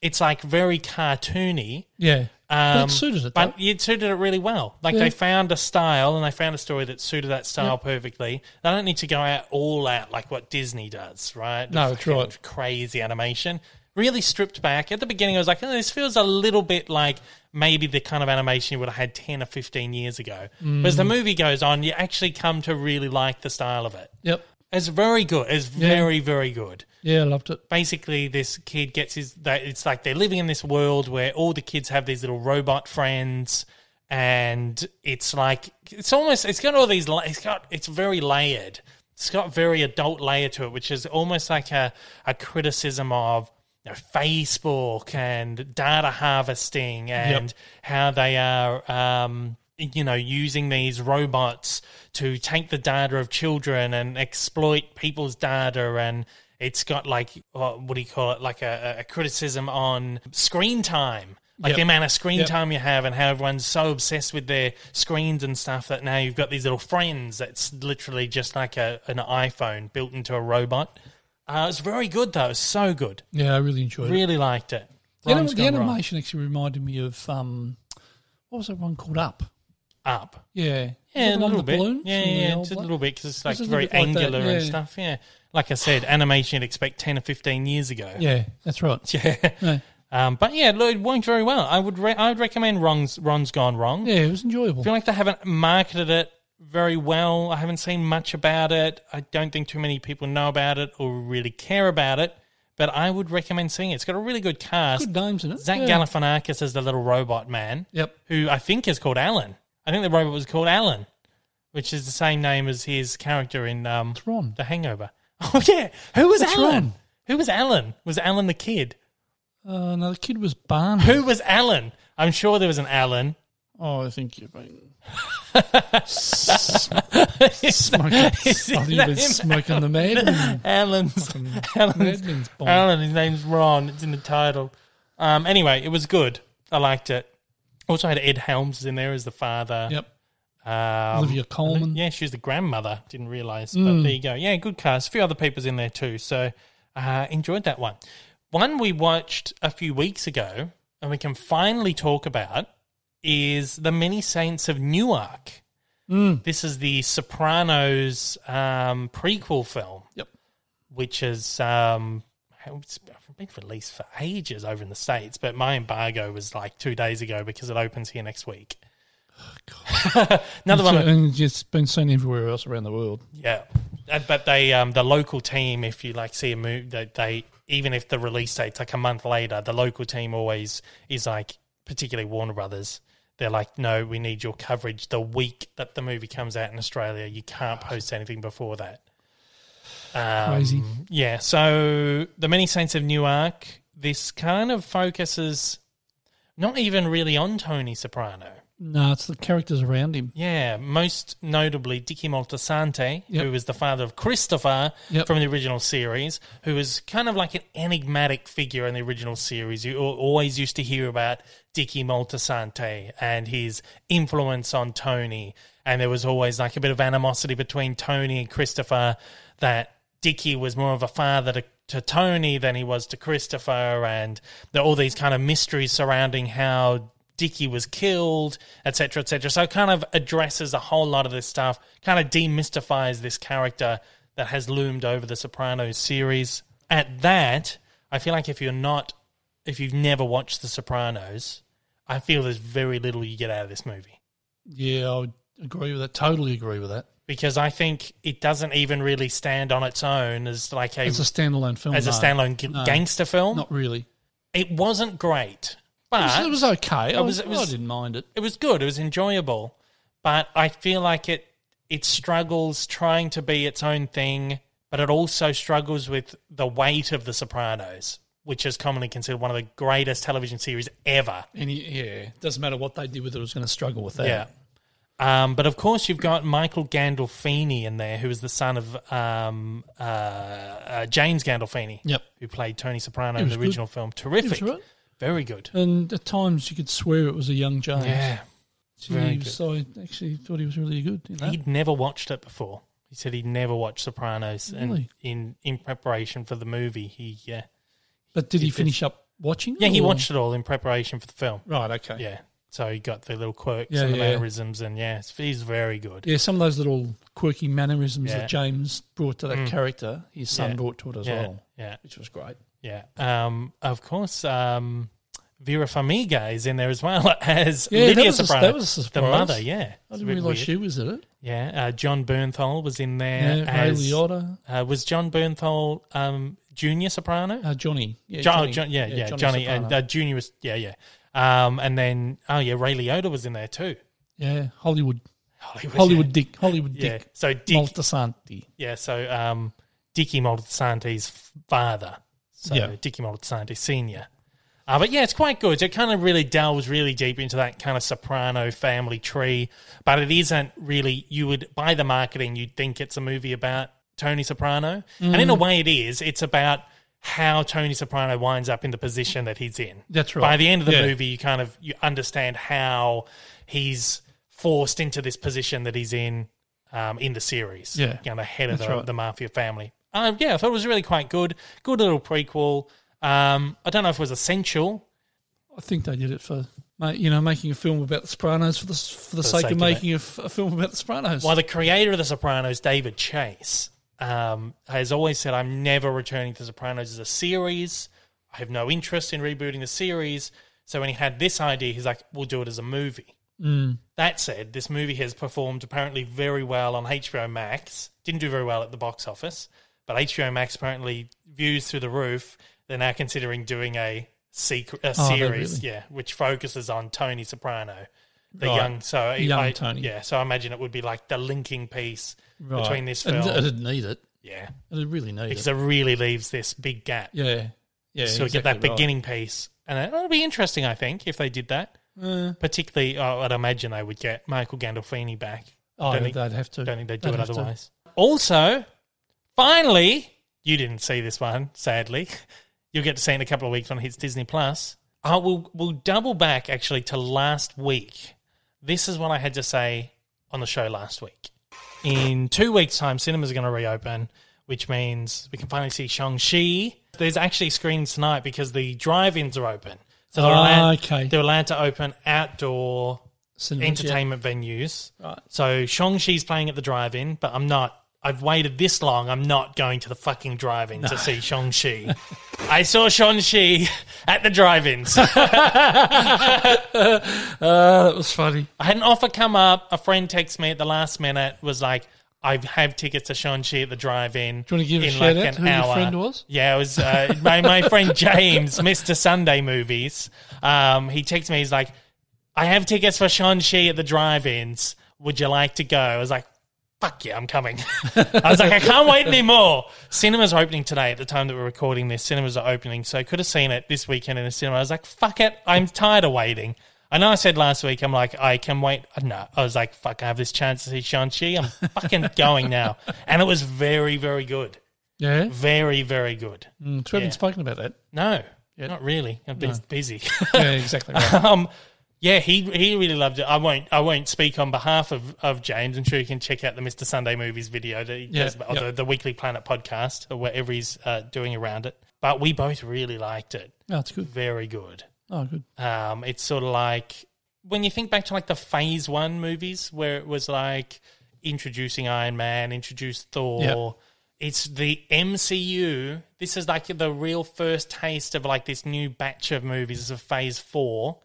Speaker 2: It's like very cartoony.
Speaker 3: Yeah,
Speaker 2: Um,
Speaker 3: but it suited it.
Speaker 2: But
Speaker 3: though.
Speaker 2: you suited it really well. Like
Speaker 3: Yeah.
Speaker 2: they found a style and they found a story that suited that style perfectly. They don't need to go out all out like what Disney does, right?
Speaker 3: No, that's
Speaker 2: Fucking
Speaker 3: right.
Speaker 2: Crazy animation. Really stripped back. At the beginning, I was like, oh, this feels a little bit like maybe the kind of animation you would have had 10 or 15 years ago.
Speaker 3: Mm.
Speaker 2: But as the movie goes on, you actually come to really like the style of it.
Speaker 3: Yep.
Speaker 2: It's very good. It's very, very good
Speaker 3: Yeah, I loved it.
Speaker 2: basically this kid gets his that it's like they're living in this world where all the kids have these little robot friends and it's like it's almost it's got all these la- it's got it's very layered it's got very adult layer to it which is almost like a, a criticism of you know, facebook and data harvesting and how they are um you know using these robots to take the data of children and exploit people's data and it's got like what, what do you call it like a, a criticism on screen time like
Speaker 3: Yep.
Speaker 2: the amount of screen
Speaker 3: Yep.
Speaker 2: time you have and how everyone's so obsessed with their screens and stuff that now you've got these little friends that's literally just like a, an iphone built into a robot uh, it's very good though it's so good
Speaker 3: Yeah, I really enjoyed it.
Speaker 2: really liked it
Speaker 3: The, anim-
Speaker 2: Rhymes
Speaker 3: the
Speaker 2: Gone Wrong.
Speaker 3: animation actually reminded me of um, what was that one called? Up.
Speaker 2: up
Speaker 3: Yeah.
Speaker 2: Yeah, a
Speaker 3: Was it the one
Speaker 2: little
Speaker 3: with the
Speaker 2: bit.
Speaker 3: balloons
Speaker 2: Yeah,
Speaker 3: and the
Speaker 2: yeah,
Speaker 3: old
Speaker 2: it's a
Speaker 3: one?
Speaker 2: little bit because it's like
Speaker 3: It's a little
Speaker 2: very
Speaker 3: bit like that,
Speaker 2: angular and
Speaker 3: yeah.
Speaker 2: stuff. Yeah, like I said, animation you'd expect ten or fifteen years ago.
Speaker 3: Yeah, that's right.
Speaker 2: Yeah.
Speaker 3: Yeah.
Speaker 2: Um, but yeah, look, it worked very well. I would re- I would recommend Ron's Ron's Gone Wrong.
Speaker 3: Yeah, it was enjoyable.
Speaker 2: I feel like they haven't marketed it very well. I haven't seen much about it. I don't think too many people know about it or really care about it. But I would recommend seeing it. It's got a really good cast.
Speaker 3: Good names in it.
Speaker 2: Zach
Speaker 3: yeah.
Speaker 2: Galifianakis is the little robot man.
Speaker 3: Yep.
Speaker 2: Who I think is called Alan. I think the robot was called Alan, which is the same name as his character in um,
Speaker 3: Ron.
Speaker 2: The Hangover. Oh yeah, who was
Speaker 3: That's
Speaker 2: Alan?
Speaker 3: Ron.
Speaker 2: Who was Alan? Was Alan the kid?
Speaker 3: Uh, no, the kid was Barney.
Speaker 2: Who was Alan? I'm sure there was an Alan.
Speaker 3: Oh, I think you've been smoking. I
Speaker 2: is his
Speaker 3: think you've been
Speaker 2: name
Speaker 3: smoking the madman.
Speaker 2: Alan's Alan's
Speaker 3: Redman's bomb.
Speaker 2: Alan. His name's Ron. It's in the title. Um, anyway, it was good. I liked it. Also had Ed Helms in there as the father.
Speaker 3: Yep.
Speaker 2: Um,
Speaker 3: Olivia Coleman.
Speaker 2: Yeah, she's the grandmother. Didn't realize. But there you go. Yeah, good cast. A few other people's in there too. So uh, enjoyed that one. One we watched a few weeks ago and we can finally talk about is The Many Saints of Newark. This is the Sopranos um, prequel film
Speaker 4: Yep.
Speaker 2: which is um, it's been released for ages over in the states, but my embargo was like two days ago because it opens here next week. Another one,
Speaker 3: and it's been seen everywhere else around the world.
Speaker 2: yeah. Uh, But they, um, the local team, if you like see a movie, they, they even if the release date's like a month later, the local team always is like, particularly Warner Brothers. They're like, no, we need your coverage the week that the movie comes out in Australia. You can't post anything before that. Um,
Speaker 3: Crazy.
Speaker 2: Yeah, so The Many Saints of Newark, this kind of focuses not even really on Tony Soprano.
Speaker 3: No, it's the characters around him.
Speaker 2: Yeah, most notably Dicky Moltisante,
Speaker 3: Yep.
Speaker 2: who was the father of Christopher
Speaker 3: Yep.
Speaker 2: from the original series, who was kind of like an enigmatic figure in the original series. You al- always used to hear about Dicky Moltisante and his influence on Tony. And there was always like a bit of animosity between Tony and Christopher that Dicky was more of a father to, to Tony than he was to Christopher. And there are all these kind of mysteries surrounding how Dicky was killed, etc., etc. So it kind of addresses a whole lot of this stuff, kind of demystifies this character that has loomed over the Sopranos series. At that, I feel like if you're not, if you've never watched The Sopranos, I feel there's very little you get out of this movie
Speaker 3: Yeah, I would agree with that. Totally agree with that.
Speaker 2: because I think it doesn't even really stand on its own as like a
Speaker 3: It's a standalone film.
Speaker 2: as a
Speaker 3: no.
Speaker 2: standalone g-
Speaker 3: No,
Speaker 2: gangster film.
Speaker 3: Not really.
Speaker 2: It wasn't great, but
Speaker 3: It was, it was okay. I,
Speaker 2: was-
Speaker 3: was,
Speaker 2: it was-
Speaker 3: I didn't mind it.
Speaker 2: it was good. It was enjoyable, but I feel like it it struggles trying to be its own thing, but it also struggles with the weight of The Sopranos, which is commonly considered one of the greatest television series ever.
Speaker 3: Any, yeah, doesn't matter what they did with it. It was going to struggle with that.
Speaker 2: Yeah. Um, but of course, you've got Michael Gandolfini in there, who is the son of um, uh, uh, James Gandolfini,
Speaker 3: Yep.
Speaker 2: who played Tony Soprano in
Speaker 3: was
Speaker 2: the
Speaker 3: good.
Speaker 2: original film. Terrific,
Speaker 3: right.
Speaker 2: very good.
Speaker 3: And at times you could swear it was a young James.
Speaker 2: Yeah,
Speaker 3: Gee,
Speaker 2: very
Speaker 3: he
Speaker 2: good.
Speaker 3: was, so I actually thought he was really good. In that.
Speaker 2: he'd never watched it before. He said he'd never watched Sopranos, and
Speaker 3: Really?
Speaker 2: in in preparation for the movie, he yeah
Speaker 3: But did he
Speaker 2: He did.
Speaker 3: finish up watching? it,
Speaker 2: yeah he
Speaker 3: or-
Speaker 2: watched it all in preparation for the film.
Speaker 3: Right. Okay.
Speaker 2: Yeah, so he got the little quirks
Speaker 3: Yeah,
Speaker 2: and the
Speaker 3: yeah.
Speaker 2: mannerisms, and yeah, it's- he's very good.
Speaker 3: Yeah, some of those little quirky mannerisms
Speaker 2: Yeah. Mm.
Speaker 3: that James brought to that character, his son
Speaker 2: Yeah.
Speaker 3: brought to it as
Speaker 2: yeah,
Speaker 3: well,
Speaker 2: yeah.
Speaker 3: which was great.
Speaker 2: Yeah. Um, of course, um, Vera Farmiga is in there as well as
Speaker 3: Yeah,
Speaker 2: Lydia
Speaker 3: that was a-
Speaker 2: Soprano.
Speaker 3: that was a
Speaker 2: the
Speaker 3: surprise.
Speaker 2: mother, yeah.
Speaker 3: I
Speaker 2: It's a
Speaker 3: didn't
Speaker 2: bit
Speaker 3: realise
Speaker 2: weird.
Speaker 3: she was in it.
Speaker 2: Yeah. Uh, John Bernthal was in there.
Speaker 3: Yeah, Ray
Speaker 2: as,
Speaker 3: Liotta,
Speaker 2: uh, was John Bernthal um, Junior Soprano?
Speaker 3: uh, Johnny. Yeah,
Speaker 2: John, John, yeah, yeah, Johnny, and
Speaker 3: Soprano.
Speaker 2: uh, Junior was, yeah, yeah. Um, and then, oh yeah, Ray Liotta was in there too.
Speaker 3: yeah, Hollywood,
Speaker 2: Hollywood,
Speaker 3: Hollywood Dick, Hollywood
Speaker 2: yeah.
Speaker 3: Dick,
Speaker 2: So Dick,
Speaker 3: Maltasanti.
Speaker 2: yeah, so um, Dickie Moltisanti's father, so
Speaker 3: Yeah.
Speaker 2: Dickie Moltisanti Senior. Uh, but yeah, it's quite good. It kind of really delves really deep into that kind of soprano family tree, but it isn't really. You would by the marketing, you'd think it's a movie about Tony Soprano, and in a
Speaker 3: Mm.
Speaker 2: way, it is. It's about how Tony Soprano winds up in the position that he's in.
Speaker 3: That's right.
Speaker 2: By the end of the
Speaker 3: Yeah.
Speaker 2: movie, you kind of you understand how he's forced into this position that he's in um, in the series.
Speaker 3: Yeah.
Speaker 2: you know, the head of the,
Speaker 3: That's right.
Speaker 2: the mafia family. Um, yeah, I thought it was really quite good. Good little prequel. Um, I don't know if it was essential.
Speaker 3: I think they did it for ma- you know making a film about the Sopranos for the s- for the, sake,
Speaker 2: sake
Speaker 3: of
Speaker 2: of
Speaker 3: making a, f- a film about the Sopranos.
Speaker 2: While the creator of The Sopranos, David Chase, um, has always said, I'm never returning to Sopranos as a series. I have no interest in rebooting the series. So when he had this idea, he's like, we'll do it as a movie.
Speaker 3: Mm.
Speaker 2: That said, this movie has performed apparently very well on HBO Max. Didn't do very well at the box office, but HBO Max apparently views through the roof. They're now considering doing a, secret, a
Speaker 3: Oh, they
Speaker 2: series,
Speaker 3: really?
Speaker 2: yeah, which focuses on Tony Soprano, the
Speaker 3: Right.
Speaker 2: young. So I-
Speaker 3: Young
Speaker 2: I-
Speaker 3: Tony.
Speaker 2: yeah, so I imagine it would be like the linking piece
Speaker 3: Right.
Speaker 2: between this
Speaker 3: And uh,
Speaker 2: film.
Speaker 3: I didn't need it.
Speaker 2: yeah,
Speaker 3: I didn't really need
Speaker 2: because
Speaker 3: it.
Speaker 2: it really leaves this big gap.
Speaker 3: Yeah, yeah.
Speaker 2: so we get that
Speaker 3: exactly right.
Speaker 2: beginning piece, and it'll be interesting, I think, if they did that.
Speaker 3: Uh,
Speaker 2: Particularly, oh, I'd imagine they would get Michael Gandolfini back.
Speaker 3: oh,
Speaker 2: Don't think-
Speaker 3: they'd have to.
Speaker 2: Don't think they'd do
Speaker 3: they'd
Speaker 2: it
Speaker 3: have to.
Speaker 2: otherwise. Also, finally, you didn't see this one, sadly. You'll get to see it in a couple of weeks when it hits Disney Plus. I will we'll double back actually to last week. This is what I had to say on the show last week. In two weeks' time, cinemas are going to reopen. which means we can finally see Shang-Chi. There's actually screens tonight because the drive-ins are open. So they're,
Speaker 3: Ah,
Speaker 2: allowed,
Speaker 3: okay.
Speaker 2: they're allowed to open outdoor
Speaker 3: Cinemas,
Speaker 2: entertainment venues.
Speaker 3: Right.
Speaker 2: So Shang-Chi's playing at the drive-in, but I'm not. I've waited this long. I'm not going to the fucking drive-in to see Shang-Chi. I saw Shang-Chi at the drive-ins.
Speaker 3: Ah, that was funny.
Speaker 2: I had an offer come up. A friend texted me at the last minute, was like, I have tickets to Shang-Chi at the drive-in.
Speaker 3: Do you wanna give a
Speaker 2: in
Speaker 3: shout out to who your friend was?
Speaker 2: Yeah, it was uh, my, my friend James, Mr. Sunday Movies. Um, he texted me, he's like, I have tickets for Shang-Chi at the drive-ins. Would you like to go? I was like, fuck yeah, I'm coming. I was like, I can't wait anymore. Cinemas are opening today at the time that we're recording this. Cinemas are opening, so I could have seen it this weekend in a cinema. I was like, fuck it, I'm tired of waiting. I know I said last week, I'm like, I can wait. No, I was like, fuck, I have this chance to see Shang-Chi. I'm fucking going now. And it was very, very good.
Speaker 3: Yeah,
Speaker 2: Mm, Very, very good.
Speaker 3: Mm, so we haven't spoken about that.
Speaker 2: No, not really. I've been busy.
Speaker 3: Yeah, exactly. Right.
Speaker 2: Um, yeah, he he really loved it. I won't I won't speak on behalf of, of James. I'm sure you can check out the Mr. Sunday Movies video that he
Speaker 3: Yeah,
Speaker 2: does, or
Speaker 3: yeah.
Speaker 2: the, the Weekly Planet podcast, or whatever he's uh, doing around it. But we both really liked it.
Speaker 3: oh, it's good.
Speaker 2: Very good.
Speaker 3: Oh, good.
Speaker 2: Um, it's sort of like when you think back to like the Phase One movies, where it was like introducing Iron Man, introduce Thor. It's the MCU. This is like the real first taste of like this new batch of movies of Phase Four.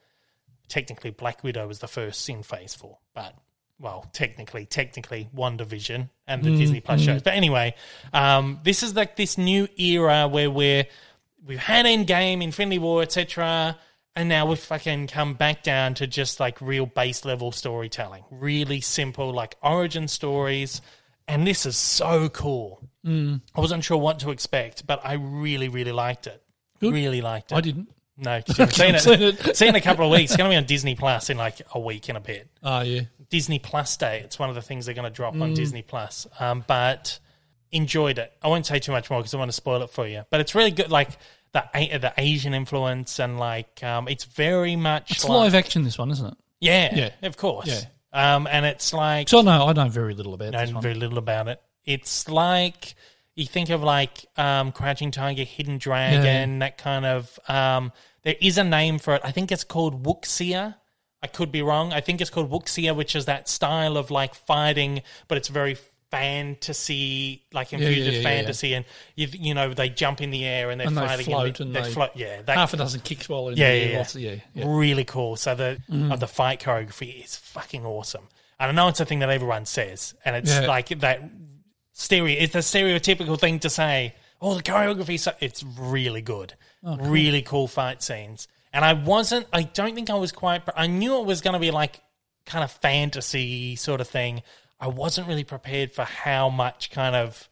Speaker 2: Technically, Black Widow was the first in Phase Four, but well, technically, technically, WandaVision and the Disney Plus shows. But anyway, um, this is like this new era where we're we've had Endgame, Infinity War, etc., and now we've fucking come back down to just like real base level storytelling, really simple like origin stories, and this is so cool. Mm. I wasn't sure what to expect, but I really, really liked it. Really liked it.
Speaker 3: I didn't.
Speaker 2: No, 'cause you haven't seen it.
Speaker 3: Seen it.
Speaker 2: seen it in a couple of weeks. It's going to be on Disney Plus in like a week and a bit.
Speaker 3: Oh, yeah.
Speaker 2: Disney Plus Day. It's one of the things they're going to drop on
Speaker 3: Mm.
Speaker 2: Disney Plus. Um, but enjoyed it. I won't say too much more because I want to spoil it for you. But it's really good, like the A- the Asian influence and like um, it's very much
Speaker 3: It's
Speaker 2: like
Speaker 3: live action. This one, isn't it?
Speaker 2: yeah,
Speaker 3: Yeah.
Speaker 2: of course. Um, and it's like
Speaker 3: So no, I know very little about
Speaker 2: I
Speaker 3: this
Speaker 2: know
Speaker 3: one.
Speaker 2: very little about it. It's like you think of like um, Crouching Tiger, Hidden Dragon, that kind of. Um, there is a name for it. I think it's called Wuxia. I could be wrong. I think it's called Wuxia, which is that style of like fighting, but it's very fantasy, like
Speaker 3: yeah,
Speaker 2: infusion
Speaker 3: yeah, yeah, yeah.
Speaker 2: fantasy, and you you know they jump in the air and they're
Speaker 3: And they
Speaker 2: fighting.
Speaker 3: float
Speaker 2: and
Speaker 3: and
Speaker 2: they,
Speaker 3: they-
Speaker 2: float. Yeah, that
Speaker 3: Half a dozen kicks while in
Speaker 2: yeah,
Speaker 3: the
Speaker 2: yeah,
Speaker 3: air,
Speaker 2: yeah.
Speaker 3: lots of- yeah, yeah. Mm.
Speaker 2: really cool. So the uh, the fight choreography is fucking awesome, and I know it's a thing that everyone says, and it's
Speaker 3: Yeah.
Speaker 2: like that stereo. It's a stereotypical thing to say. Oh, the choreography, so it's really good,
Speaker 3: Oh,
Speaker 2: really cool fight scenes. And I wasn't. I don't think I was quite. pre- I knew it was going to be like kind of fantasy sort of thing. I wasn't really prepared for how much kind of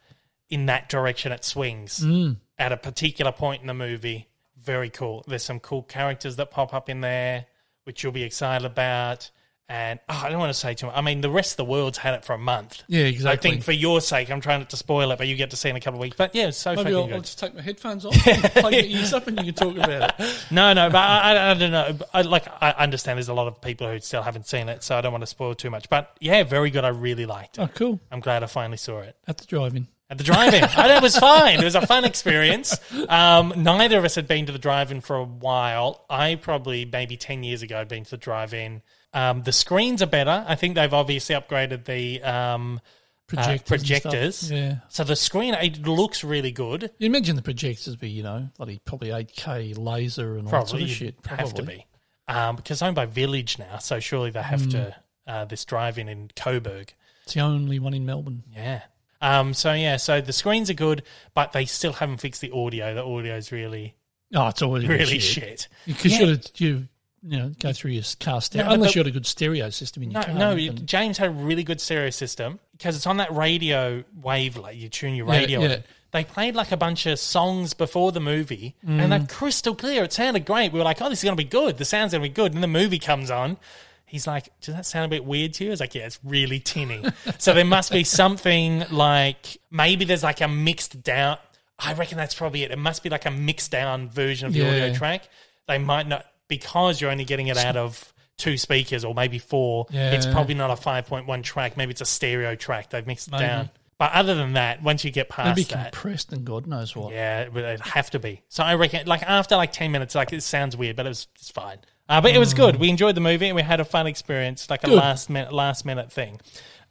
Speaker 2: in that direction it swings
Speaker 3: Mm.
Speaker 2: at a particular point in the movie. Very cool. There's some cool characters that pop up in there, which you'll be excited about. And oh, I don't want to say too much. I mean, the rest of the world's had it for a month.
Speaker 3: Yeah, exactly.
Speaker 2: I think for your sake, I'm trying not to spoil it, but you get to see in a couple of weeks. But yeah, it's so
Speaker 3: Maybe
Speaker 2: fucking
Speaker 3: I'll,
Speaker 2: good.
Speaker 3: I'll just take my headphones off, and plug my ears up, and you can talk about it.
Speaker 2: No, no, but I, I, I don't know. I, like, I understand there's a lot of people who still haven't seen it, so I don't want to spoil too much. But yeah, very good. I really liked it.
Speaker 3: Oh, cool.
Speaker 2: I'm glad I finally saw it
Speaker 3: At the drive-in.
Speaker 2: at the drive-in. and it was fine. It was a fun experience. Um, neither of us had been to the drive-in for a while. I probably maybe ten years ago had been to the drive-in. Um, the screens are better. I think they've obviously upgraded the um, uh,
Speaker 3: Projectors. and stuff.
Speaker 2: projectors.
Speaker 3: Yeah.
Speaker 2: So the screen it looks really good.
Speaker 3: You imagine the projectors be, you know, bloody probably 8K laser and all that
Speaker 2: probably
Speaker 3: sort of
Speaker 2: you'd
Speaker 3: shit.
Speaker 2: have to be um, because owned by Village now, so surely they have to
Speaker 3: Hmm.
Speaker 2: uh, this drive-in in Coburg.
Speaker 3: It's the only one in Melbourne.
Speaker 2: Yeah. Um, so yeah, so the screens are good, but they still haven't fixed the audio. The audio's really,
Speaker 3: Oh, it's always
Speaker 2: really
Speaker 3: shit.
Speaker 2: shit.
Speaker 3: Because
Speaker 2: Yeah.
Speaker 3: you, gotta- you, you know, go through your car stereo.
Speaker 2: No, but
Speaker 3: unless
Speaker 2: the-
Speaker 3: you had a good stereo system in your
Speaker 2: No,
Speaker 3: car.
Speaker 2: no.
Speaker 3: you
Speaker 2: you-
Speaker 3: can-
Speaker 2: James had a really good stereo system because it's on that radio wavelength. You tune your
Speaker 3: Yeah,
Speaker 2: radio.
Speaker 3: yeah.
Speaker 2: in. They played like a bunch of songs before the movie, and
Speaker 3: Mm.
Speaker 2: they're crystal clear. It sounded great. We were like, "Oh, this is going to be good. The sound's going to be good." And the movie comes on. He's like, "Does that sound a bit weird to you?" I was like, "Yeah, it's really tinny." so there must be something like maybe there's like a mixed down. I reckon that's probably it. It must be like a mixed down version of the
Speaker 3: Yeah.
Speaker 2: audio track. They might not because you're only getting it out of two speakers or maybe four. It's
Speaker 3: Yeah.
Speaker 2: probably not a 5.1 track. Maybe it's a stereo track. They've mixed it down. But other than that, once you get
Speaker 3: They'd
Speaker 2: past
Speaker 3: be
Speaker 2: that,
Speaker 3: compressed and God knows what.
Speaker 2: yeah, it would it'd have to be. So I reckon, like after like ten minutes, like it sounds weird, but it was it's fine. Uh, but it was good. We enjoyed the movie and we had a fun experience, like a
Speaker 3: Good.
Speaker 2: last minute last minute thing.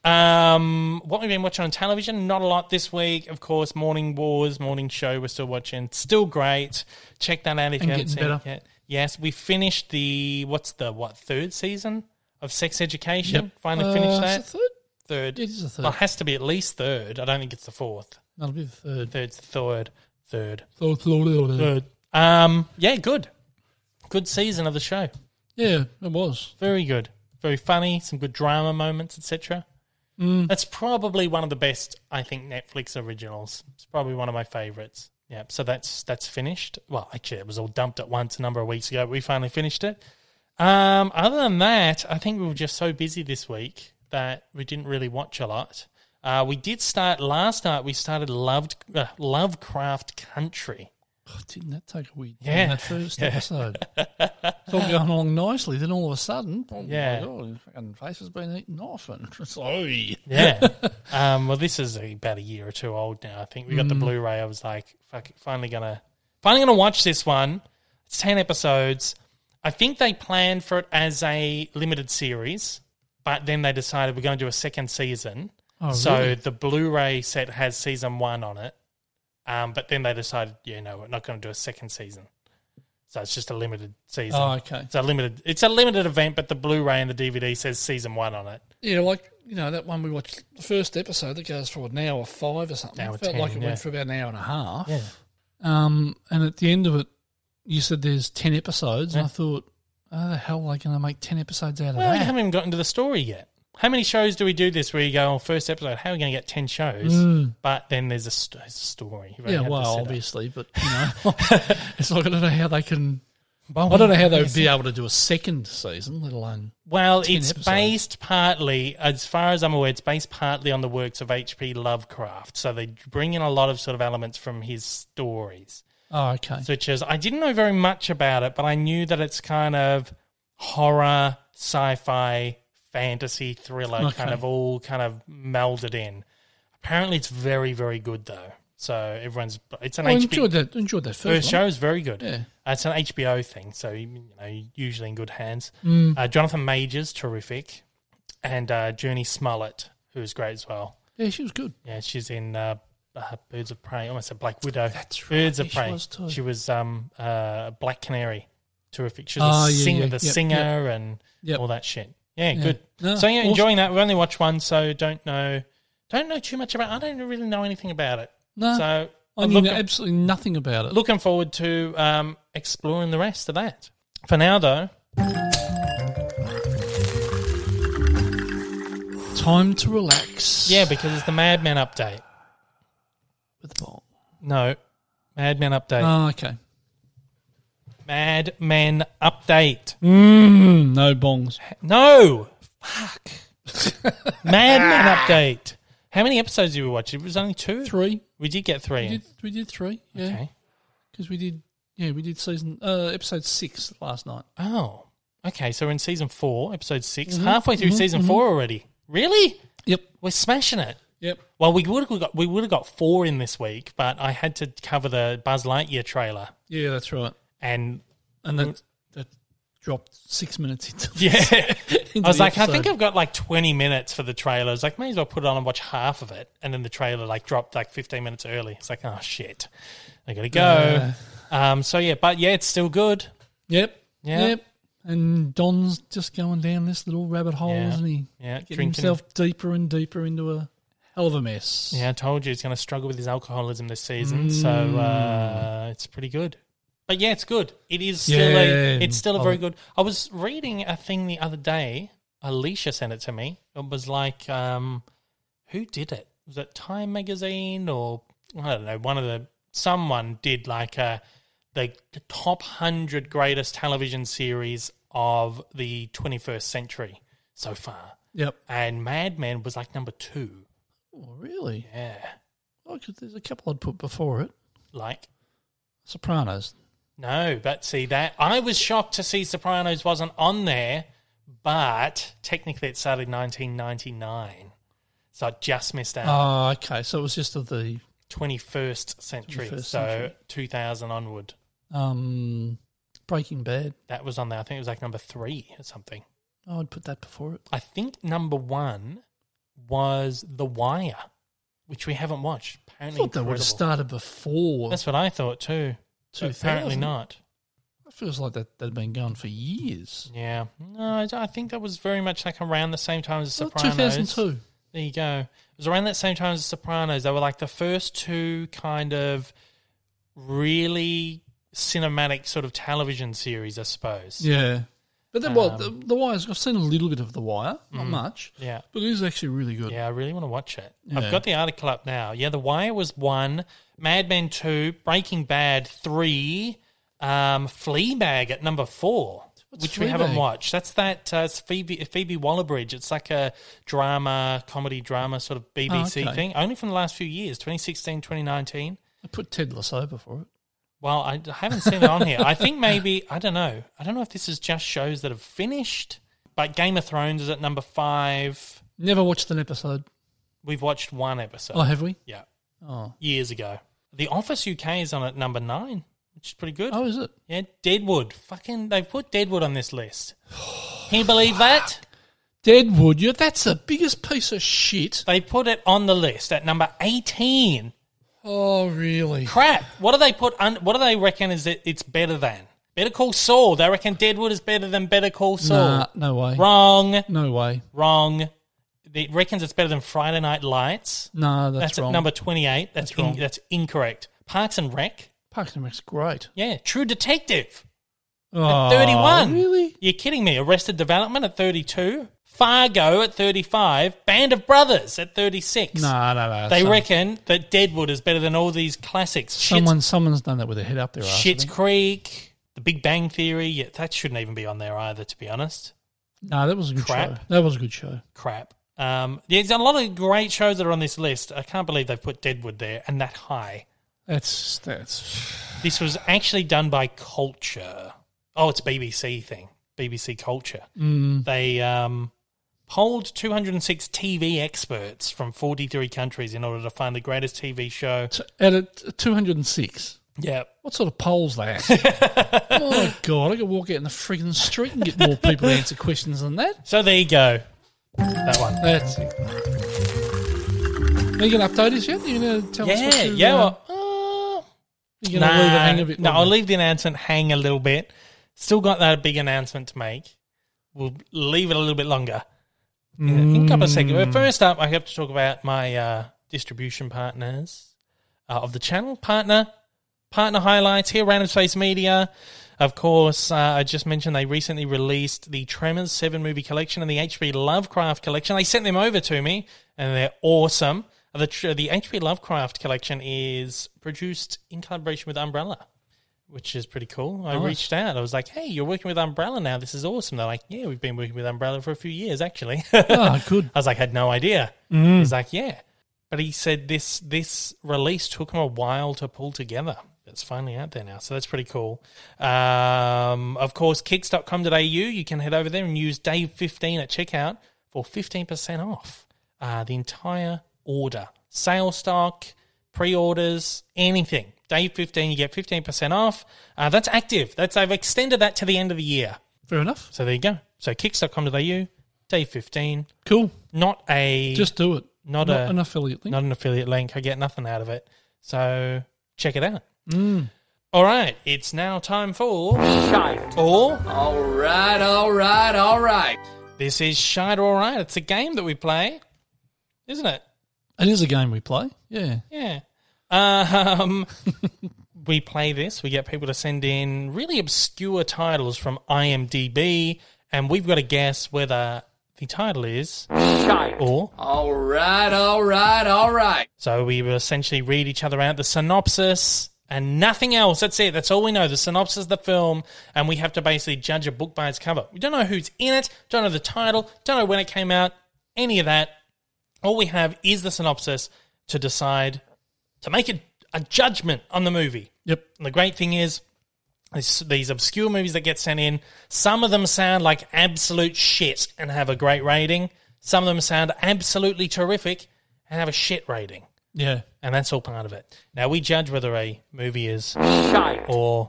Speaker 2: Um, what we've been watching on television, not a lot this week. Of course, Morning Wars, Morning Show, we're still watching. Still great. Check that out if
Speaker 3: And
Speaker 2: you haven't
Speaker 3: getting
Speaker 2: seen
Speaker 3: better.
Speaker 2: it yet. Yes, we finished the what's the what third season of Sex Education. Finally
Speaker 3: Uh,
Speaker 2: finished
Speaker 3: is it
Speaker 2: that
Speaker 3: third?
Speaker 2: third.
Speaker 3: It is the third.
Speaker 2: Well, it has to be at least third. I don't think it's the fourth.
Speaker 3: That'll be the third.
Speaker 2: Third's the third. Third.
Speaker 3: Third, third, third.
Speaker 2: Um, yeah, good. Good season of the show.
Speaker 3: Yeah, it was.
Speaker 2: Very good. Very funny, some good drama moments, etc. That's probably one of the best, I think, Netflix originals. It's probably one of my favorites. Yeah, so that's that's finished. Well, actually, it was all dumped at once a number of weeks ago. But we finally finished it. Um, other than that, I think we were just so busy this week that we didn't really watch a lot. Uh, we did start last night. We started loved uh, Lovecraft Country.
Speaker 3: Oh, didn't that take a week?
Speaker 2: Yeah.
Speaker 3: that first episode. it's all going along nicely. Then all of a sudden, oh
Speaker 2: Yeah.
Speaker 3: my God, your fucking face has been eaten off. And it's like, "Oi."
Speaker 2: Yeah. um, well, this is about a year or two old now. I think we got
Speaker 3: Mm.
Speaker 2: the Blu-ray. I was like, fuck, finally gonna, finally gonna watch this one. It's ten episodes. I think they planned for it as a limited series, but then they decided we're going to do a second season.
Speaker 3: Oh,
Speaker 2: so
Speaker 3: really?
Speaker 2: the Blu-ray set has season one on it, um, but then they decided, yeah, no, we're not going to do a second season. So it's just a limited season.
Speaker 3: Oh, okay.
Speaker 2: It's a limited. It's a limited event, but the Blu-ray and the DVD says season one on it.
Speaker 3: Yeah, like, you know, that one we watched, the first episode that goes for an hour five or something.
Speaker 2: Hour
Speaker 3: it felt
Speaker 2: 10,
Speaker 3: like it
Speaker 2: yeah.
Speaker 3: went for about an hour and a half. Um, and at the end of it, you said there's 10 episodes. And I thought, how the hell are they going to make 10 episodes out of
Speaker 2: Well, we
Speaker 3: that?
Speaker 2: haven't even gotten to the story yet. How many shows do we do this where you go, oh, first episode, how are we going to get 10 shows? But then there's a, st- there's a story. You've already had
Speaker 3: Hmm. Yeah,
Speaker 2: to
Speaker 3: well,
Speaker 2: set up.
Speaker 3: obviously, but, you know, it's like, I don't know how they can. I don't know how they'd be able to do a second season, let alone.
Speaker 2: Well, it's
Speaker 3: episodes.
Speaker 2: based partly, as far as I'm aware, it's based partly on the works of H.P. Lovecraft. So they bring in a lot of sort of elements from his stories,
Speaker 3: Oh, okay.
Speaker 2: which is, I didn't know very much about it, but I knew that it's kind of horror, sci fi, fantasy, thriller, kind
Speaker 3: Okay.
Speaker 2: of all kind of melded in. Apparently, it's very, very good though. So everyone's it's an
Speaker 3: I
Speaker 2: HBO
Speaker 3: enjoyed that. Enjoyed that
Speaker 2: first
Speaker 3: first, one.
Speaker 2: show is very good.
Speaker 3: Yeah.
Speaker 2: Uh, it's an HBO thing, so you know you're usually in good hands.
Speaker 3: Mm.
Speaker 2: Uh, Jonathan Majors, terrific, and uh, Journey Smollett, who is great as well.
Speaker 3: Yeah, she was good.
Speaker 2: Yeah, she's in uh, uh, Birds of Prey. Almost a Black Widow.
Speaker 3: That's right,
Speaker 2: Birds of
Speaker 3: she
Speaker 2: Prey.
Speaker 3: was too.
Speaker 2: She was um uh Black Canary. Terrific. She
Speaker 3: Ah,
Speaker 2: was a
Speaker 3: yeah,
Speaker 2: singer,
Speaker 3: yeah,
Speaker 2: the
Speaker 3: yep,
Speaker 2: singer and
Speaker 3: Yep.
Speaker 2: all that shit. Yeah, good.
Speaker 3: No,
Speaker 2: so yeah,
Speaker 3: awesome.
Speaker 2: enjoying that. We only watched one, so don't know don't know too much about. I don't really know anything about it.
Speaker 3: No,
Speaker 2: So
Speaker 3: I knew
Speaker 2: look,
Speaker 3: absolutely nothing about it.
Speaker 2: looking forward to um, exploring the rest of that. For now, though,
Speaker 3: time to relax.
Speaker 2: yeah, because it's the Mad Men update.
Speaker 3: with Bob.
Speaker 2: No, Mad Men update.
Speaker 3: Oh, okay.
Speaker 2: Mad Men update.
Speaker 3: Mm, no bongs.
Speaker 2: No, fuck. Mad Men
Speaker 3: Ah.
Speaker 2: update. How many episodes did we watch? It was only two.
Speaker 3: Three.
Speaker 2: We did get three.
Speaker 3: We
Speaker 2: in.
Speaker 3: did, we did three. Yeah,
Speaker 2: Okay.
Speaker 3: because we did. Yeah, we did season uh, episode six last night.
Speaker 2: Oh, okay. So we're in season four, episode 6
Speaker 3: Mm-hmm.
Speaker 2: halfway through season four already. Really?
Speaker 3: Yep.
Speaker 2: We're smashing it.
Speaker 3: Yep.
Speaker 2: Well, we would have got we would have got four in this week, but I had to cover the Buzz Lightyear trailer,
Speaker 3: Yeah, that's right.
Speaker 2: and
Speaker 3: And
Speaker 2: Mm.
Speaker 3: that that dropped six minutes into.
Speaker 2: Yeah. I was
Speaker 3: the
Speaker 2: like, I think
Speaker 3: episode.
Speaker 2: I've got like 20 minutes for the trailer. I was like, may as well put it on and watch half of it. And then the trailer like dropped like 15 minutes early. It's like, oh shit, I gotta go. Um, so yeah, but yeah, it's still good.
Speaker 3: Yep.
Speaker 2: Yeah.
Speaker 3: Yep. And Don's just going down this little rabbit hole,
Speaker 2: Yeah.
Speaker 3: isn't he?
Speaker 2: Yeah,
Speaker 3: Getting
Speaker 2: drinking.
Speaker 3: himself deeper and deeper into a hell of a mess.
Speaker 2: Yeah, I told you he's gonna struggle with his alcoholism this season. So
Speaker 3: Mm.
Speaker 2: uh, it's pretty good. But yeah, it's good. It is still
Speaker 3: Yeah.
Speaker 2: a, it's still a very
Speaker 3: Oh.
Speaker 2: good. I was reading a thing the other day. Alicia sent it to me. It was like, um, who did it? Was it Time Magazine or I don't know? One of the someone did like a the top hundred greatest television series of the 21st century so far,
Speaker 3: Yep.
Speaker 2: and Mad Men was like number two.
Speaker 3: Oh, really?
Speaker 2: Yeah,
Speaker 3: Oh, 'cause there's a couple I'd put before it.
Speaker 2: like
Speaker 3: Sopranos.
Speaker 2: No, but see that I was shocked to see Sopranos wasn't on there, but technically it started in 1999. So I just missed out.
Speaker 3: Oh, okay. So it was just of the
Speaker 2: 21st century.
Speaker 3: 21st
Speaker 2: so
Speaker 3: century.
Speaker 2: 2000 onward.
Speaker 3: um, Breaking Bad.
Speaker 2: That was on there. I think it was like number three or something.
Speaker 3: I would put that before it.
Speaker 2: I think number one was The Wire, which we haven't watched.
Speaker 3: I
Speaker 2: Apparently,
Speaker 3: thought that would have
Speaker 2: incredible.
Speaker 3: started before
Speaker 2: That's what I thought too. But
Speaker 3: 2000.
Speaker 2: Apparently not.
Speaker 3: It feels like that that had been going for years.
Speaker 2: Yeah. No, I I think that was very much like around the same time as The
Speaker 3: Well,
Speaker 2: Sopranos.
Speaker 3: 2002.
Speaker 2: There you go. It was around that same time as The Sopranos. They were like the first two kind of really cinematic sort of television series, I suppose.
Speaker 3: Yeah. But then, well, the, the Wire's, I've seen a little bit of The Wire, not much.
Speaker 2: Um, mm, Yeah.
Speaker 3: But it is actually really good.
Speaker 2: Yeah, I really want to watch it.
Speaker 3: Yeah.
Speaker 2: I've got the article up now. Yeah, The Wire was one, Mad Men two, Breaking Bad three, um, Fleabag at number four,
Speaker 3: What's
Speaker 2: which we haven't
Speaker 3: Fleabag?
Speaker 2: watched. That's that uh, it's Phoebe Phoebe Waller Bridge. It's like a drama, comedy drama sort of BBC
Speaker 3: Oh, okay.
Speaker 2: thing. Only from the last few years, 2016, 2019.
Speaker 3: I put Ted Lasso before it.
Speaker 2: Well, I haven't seen it on here. I think maybe I don't know. I don't know if this is just shows that have finished. But Game of Thrones is at number five.
Speaker 3: Never watched an episode.
Speaker 2: We've watched one episode.
Speaker 3: Oh, have we?
Speaker 2: Yeah.
Speaker 3: Oh.
Speaker 2: years ago. The Office UK is on at number nine, which is pretty good.
Speaker 3: Oh, is it?
Speaker 2: Yeah, Deadwood. Fucking, they've put Deadwood on this list. Can you believe that?
Speaker 3: Deadwood. You, that's the biggest piece of shit.
Speaker 2: They put it on the list at number 18.
Speaker 3: Oh, really?
Speaker 2: Crap. What do they put un- What do they reckon is it, it's better than? Better Call Saul. They reckon Deadwood is better than Better Call Saul.
Speaker 3: Nah, no way.
Speaker 2: Wrong.
Speaker 3: No way.
Speaker 2: Wrong. They reckons it's better than Friday Night Lights.
Speaker 3: No, that's,
Speaker 2: That's,
Speaker 3: wrong.
Speaker 2: at number 28. That's,
Speaker 3: That's
Speaker 2: in-
Speaker 3: wrong.
Speaker 2: that's incorrect. Parks and Rec.
Speaker 3: Parks and Rec's great.
Speaker 2: Yeah. True Detective.
Speaker 3: Oh,
Speaker 2: 31.
Speaker 3: Really?
Speaker 2: You're kidding me. Arrested Development at 32. Fargo at 35. Band of Brothers at 36.
Speaker 3: No, no, no.
Speaker 2: They
Speaker 3: Some-
Speaker 2: reckon that Deadwood is better than all these classics.
Speaker 3: someone, someone's done that with a head up their
Speaker 2: Shit's,
Speaker 3: ass. I
Speaker 2: Shit's
Speaker 3: think.
Speaker 2: Creek, The Big Bang Theory. Yeah, that shouldn't even be on there either, to be honest.
Speaker 3: No, that was a good
Speaker 2: Crap.
Speaker 3: show. That was a good show.
Speaker 2: Crap. Um, yeah, there's a lot of great shows that are on this list. I can't believe they've put Deadwood there and that high.
Speaker 3: That's that's
Speaker 2: This was actually done by Culture. Oh, it's BBC thing. BBC Culture.
Speaker 3: Mm.
Speaker 2: They um, polled 206 TV experts from 43 countries in order to find the greatest TV show.
Speaker 3: t- at a two hundred and six.
Speaker 2: Yeah.
Speaker 3: What sort of polls they ask? oh god, I could walk out in the friggin' street and get more people to answer questions than that.
Speaker 2: So there you go. That one.
Speaker 3: That's it. Are you gonna update us yet? Are you gonna tell us?
Speaker 2: Yeah,
Speaker 3: What you,
Speaker 2: yeah.
Speaker 3: uh,
Speaker 2: well,
Speaker 3: are
Speaker 2: uh,
Speaker 3: you gonna
Speaker 2: nah,
Speaker 3: leave it hang a bit?
Speaker 2: no,
Speaker 3: longer?
Speaker 2: I'll leave the announcement hang a little bit. Still got that big announcement to make. We'll leave it a little bit longer. Yeah, In a couple of seconds.
Speaker 3: Mm.
Speaker 2: But first up, I have to talk about my uh, distribution partners uh, of the channel. Partner, partner highlights here, Random Space Media. Of course, uh, I just mentioned they recently released the Tremors 7 movie collection and the H.P. Lovecraft collection. They sent them over to me, and they're awesome. The, tr- the H.P. Lovecraft collection is produced in collaboration with Umbrella, which is pretty cool. I reached out. I was like, hey, you're working with Umbrella now. This is awesome. They're like, yeah, we've been working with Umbrella for a few years, actually.
Speaker 3: Oh, good.
Speaker 2: I was like, had no idea. He's like, yeah, but he said this this release took him a while to pull together. It's finally out there now, so that's pretty cool. Um, of course, kicks.com.au, you can head over there and use Dave15 at checkout for 15% off uh, the entire order. Sale stock, pre orders, anything. Dave15, you get 15% off. Uh, that's active. That's I've extended that to the end of the year.
Speaker 3: Fair enough.
Speaker 2: So there you go. So kicks.com.au, day 15.
Speaker 3: Cool.
Speaker 2: Not a
Speaker 3: Just do it.
Speaker 2: not, a
Speaker 3: an affiliate thing.
Speaker 2: not an affiliate link. I get nothing out of it. So check it out. All right, it's now time for or
Speaker 4: All right, all right, all right.
Speaker 2: this is shite or all right. It's a game that we play, isn't it?
Speaker 3: It is a game we play. Yeah.
Speaker 2: Yeah. Um, we play this. We get people to send in really obscure titles from IMDb, and we've got to guess whether the title is or
Speaker 4: All right, all right, all right.
Speaker 2: So we will essentially read each other out the synopsis and nothing else. That's it. That's all we know. The synopsis of the film, and we have to basically judge a book by its cover. We don't know who's in it, don't know the title, don't know when it came out, any of that. All we have is the synopsis to decide to make a, a judgment on the movie.
Speaker 3: Yep.
Speaker 2: And the great thing is, this, these obscure movies that get sent in, some of them sound like absolute shit and have a great rating. Some of them sound absolutely terrific and have a shit rating.
Speaker 3: Yeah.
Speaker 2: And that's all part of it. Now, we judge whether a movie is or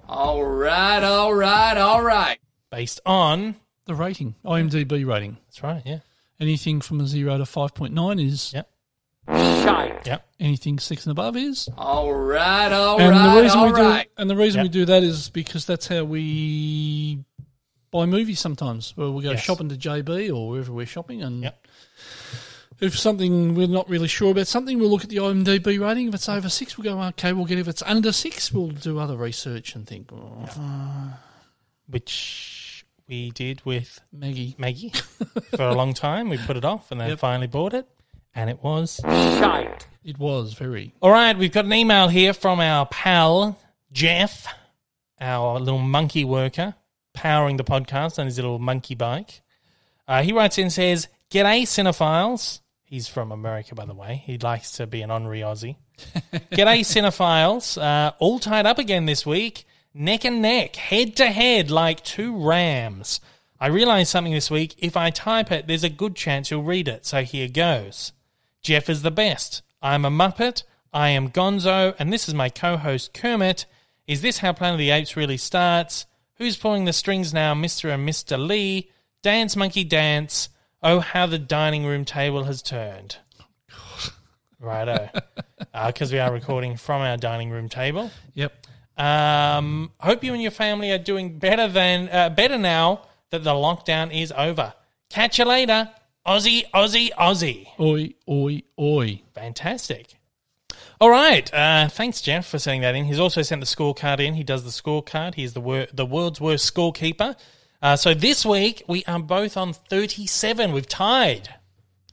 Speaker 4: All right, all right, all right.
Speaker 2: based on.
Speaker 3: The rating, IMDb rating.
Speaker 2: That's right, yeah.
Speaker 3: Anything from a zero to 5.9 is,
Speaker 2: Yeah. Yeah.
Speaker 3: anything six and above is.
Speaker 4: All right, all
Speaker 3: and the
Speaker 4: right,
Speaker 3: reason
Speaker 4: all
Speaker 3: we
Speaker 4: right.
Speaker 3: do and the reason
Speaker 2: Yep.
Speaker 3: we do that is because that's how we buy movies sometimes. Where we go
Speaker 2: Yes.
Speaker 3: shopping to JB or wherever we're shopping, and
Speaker 2: Yep.
Speaker 3: if something we're not really sure about something, we'll look at the IMDb rating. If it's over six, we'll go okay, we'll get. it. If it's under six, we'll do other research and think. Oh,
Speaker 2: Which we did with
Speaker 3: Maggie,
Speaker 2: Maggie for a long time. We put it off and then
Speaker 3: Yep.
Speaker 2: finally bought it. And it was.
Speaker 3: it was very
Speaker 2: All right, we've got an email here from our pal, Jeff, our little monkey worker, powering the podcast on his little monkey bike. Uh, he writes in and says, G'day, cinephiles. He's from America, by the way. He likes to be an honorary Aussie. G'day, cinephiles. Uh, all tied up again this week, neck and neck, head to head, like two rams. I realized something this week. If I type it, there's a good chance you'll read it. So here goes. Jeff is the best. I'm a Muppet. I am Gonzo. And this is my co host, Kermit. Is this how Planet of the Apes really starts? Who's pulling the strings now, Mr. and Mr. Lee? Dance, monkey, dance. Oh, how the dining room table has turned. Righto. Because we are recording from our dining room table.
Speaker 3: yep.
Speaker 2: Um, hope you and your family are doing better than uh, better now that the lockdown is over. Catch you later. Aussie, Aussie, Aussie.
Speaker 3: Oi, oi, oi.
Speaker 2: Fantastic. All right. Uh, thanks, Jeff, for sending that in. He's also sent the scorecard in. He does the scorecard. He's the wor- the world's worst scorekeeper. Uh, so this week we are both on thirty-seven. We've tied.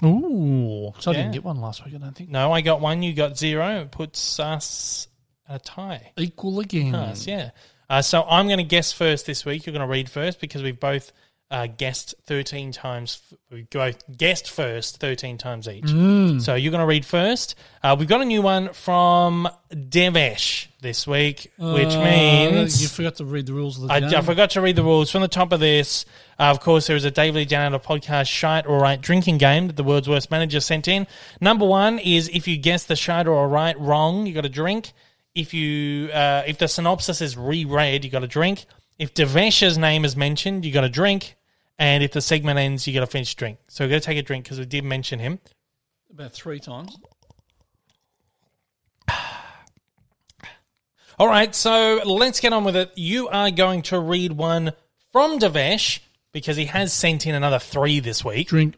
Speaker 3: Ooh, so I
Speaker 2: Yeah.
Speaker 3: didn't get one last week. I don't think.
Speaker 2: No, I got one. You got zero. It puts us at a tie.
Speaker 3: Equal again.
Speaker 2: Us, yeah. Uh, so I'm going to guess first this week. You're going to read first because we've both uh, guessed thirteen times. We both guessed first thirteen times each. So you're going to read first. Uh, we've got a new one from Devesh this week, which
Speaker 3: Uh,
Speaker 2: means
Speaker 3: you forgot to read the rules of the
Speaker 2: I,
Speaker 3: game.
Speaker 2: I forgot to read the rules from the top of this. Uh, of course, there is a Dave Lee Down Under podcast shite or right drinking game that the world's worst manager sent in. Number one is if you guess the shite or right wrong, you got a drink. If you uh, if the synopsis is reread, you got a drink. If Devesh's name is mentioned, you got a drink. And if the segment ends, you got to finish drink. So we're going to take a drink because we did mention him.
Speaker 3: about three times.
Speaker 2: All right, so let's get on with it. You are going to read one from Devesh because he has sent in another three this week.
Speaker 3: Drink.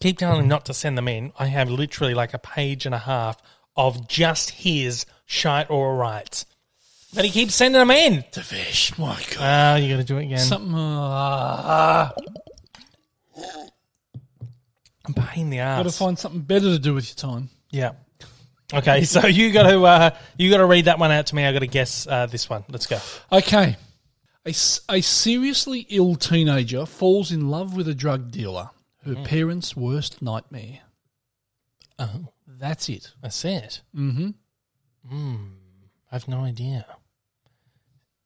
Speaker 2: keep telling him not to send them in. I have literally like a page and a half of just his shite or rights. But he keeps sending them in.
Speaker 3: The fish. My God.
Speaker 2: Ah, you got to do it again.
Speaker 3: Something. Uh,
Speaker 2: I'm pain in the ass.
Speaker 3: Got to find something better to do with your time.
Speaker 2: yeah. Okay, so you got to uh, you got to read that one out to me. I got to guess uh, this one. Let's go.
Speaker 3: Okay. A, s- a seriously ill teenager falls in love with a drug dealer, her
Speaker 2: Hmm.
Speaker 3: parents' worst nightmare.
Speaker 2: Oh,
Speaker 3: That's it.
Speaker 2: that's it.
Speaker 3: Mm-hmm.
Speaker 2: Hmm. I have no idea.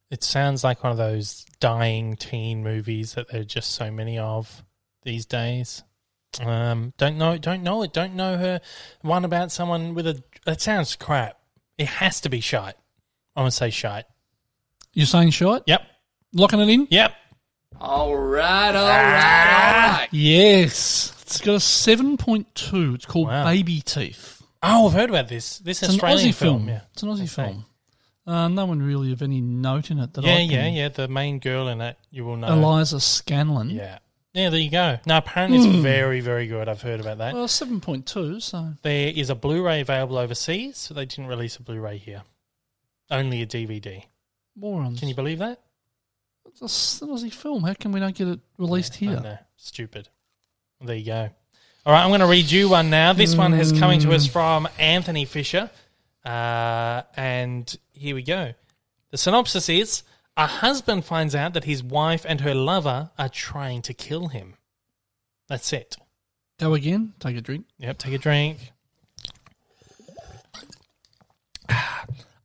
Speaker 2: It sounds like one of those dying teen movies that there are just so many of these days. Um, don't know, don't know it, don't know her. One about someone with a. That sounds crap. It has to be shite. I'm gonna say shite.
Speaker 3: You're saying shite?
Speaker 2: Yep,
Speaker 3: Locking it in?
Speaker 2: yep.
Speaker 4: All right, all right, all right.
Speaker 3: Yes. It's got a 7.2. It's called
Speaker 2: Wow.
Speaker 3: Baby Teeth.
Speaker 2: Oh, I've heard about this. This
Speaker 3: It's
Speaker 2: Australian
Speaker 3: an Aussie film.
Speaker 2: Yeah,
Speaker 3: It's an Aussie
Speaker 2: That's right.
Speaker 3: film. Uh, no one really of any note in it that I
Speaker 2: yeah,
Speaker 3: can.
Speaker 2: yeah, yeah. The main girl in it, you will know.
Speaker 3: Eliza Scanlon.
Speaker 2: Yeah, yeah. There you go. No, apparently it's very, very good. I've heard about that.
Speaker 3: Hmm. Well, 7.2, so
Speaker 2: There is a Blu-ray available overseas. So they didn't release a Blu-ray here. Only a DVD.
Speaker 3: morons.
Speaker 2: Can you believe that?
Speaker 3: It's an Aussie film. How can we not get it released
Speaker 2: I
Speaker 3: here?
Speaker 2: know. Stupid. There you go. All right, I'm going to read you one now. This one is coming to us
Speaker 3: Hmm.
Speaker 2: from Anthony Fisher. Uh, and here we go. The synopsis is a husband finds out that his wife and her lover are trying to kill him. That's it.
Speaker 3: Go again. Take a drink.
Speaker 2: Yep, take a drink.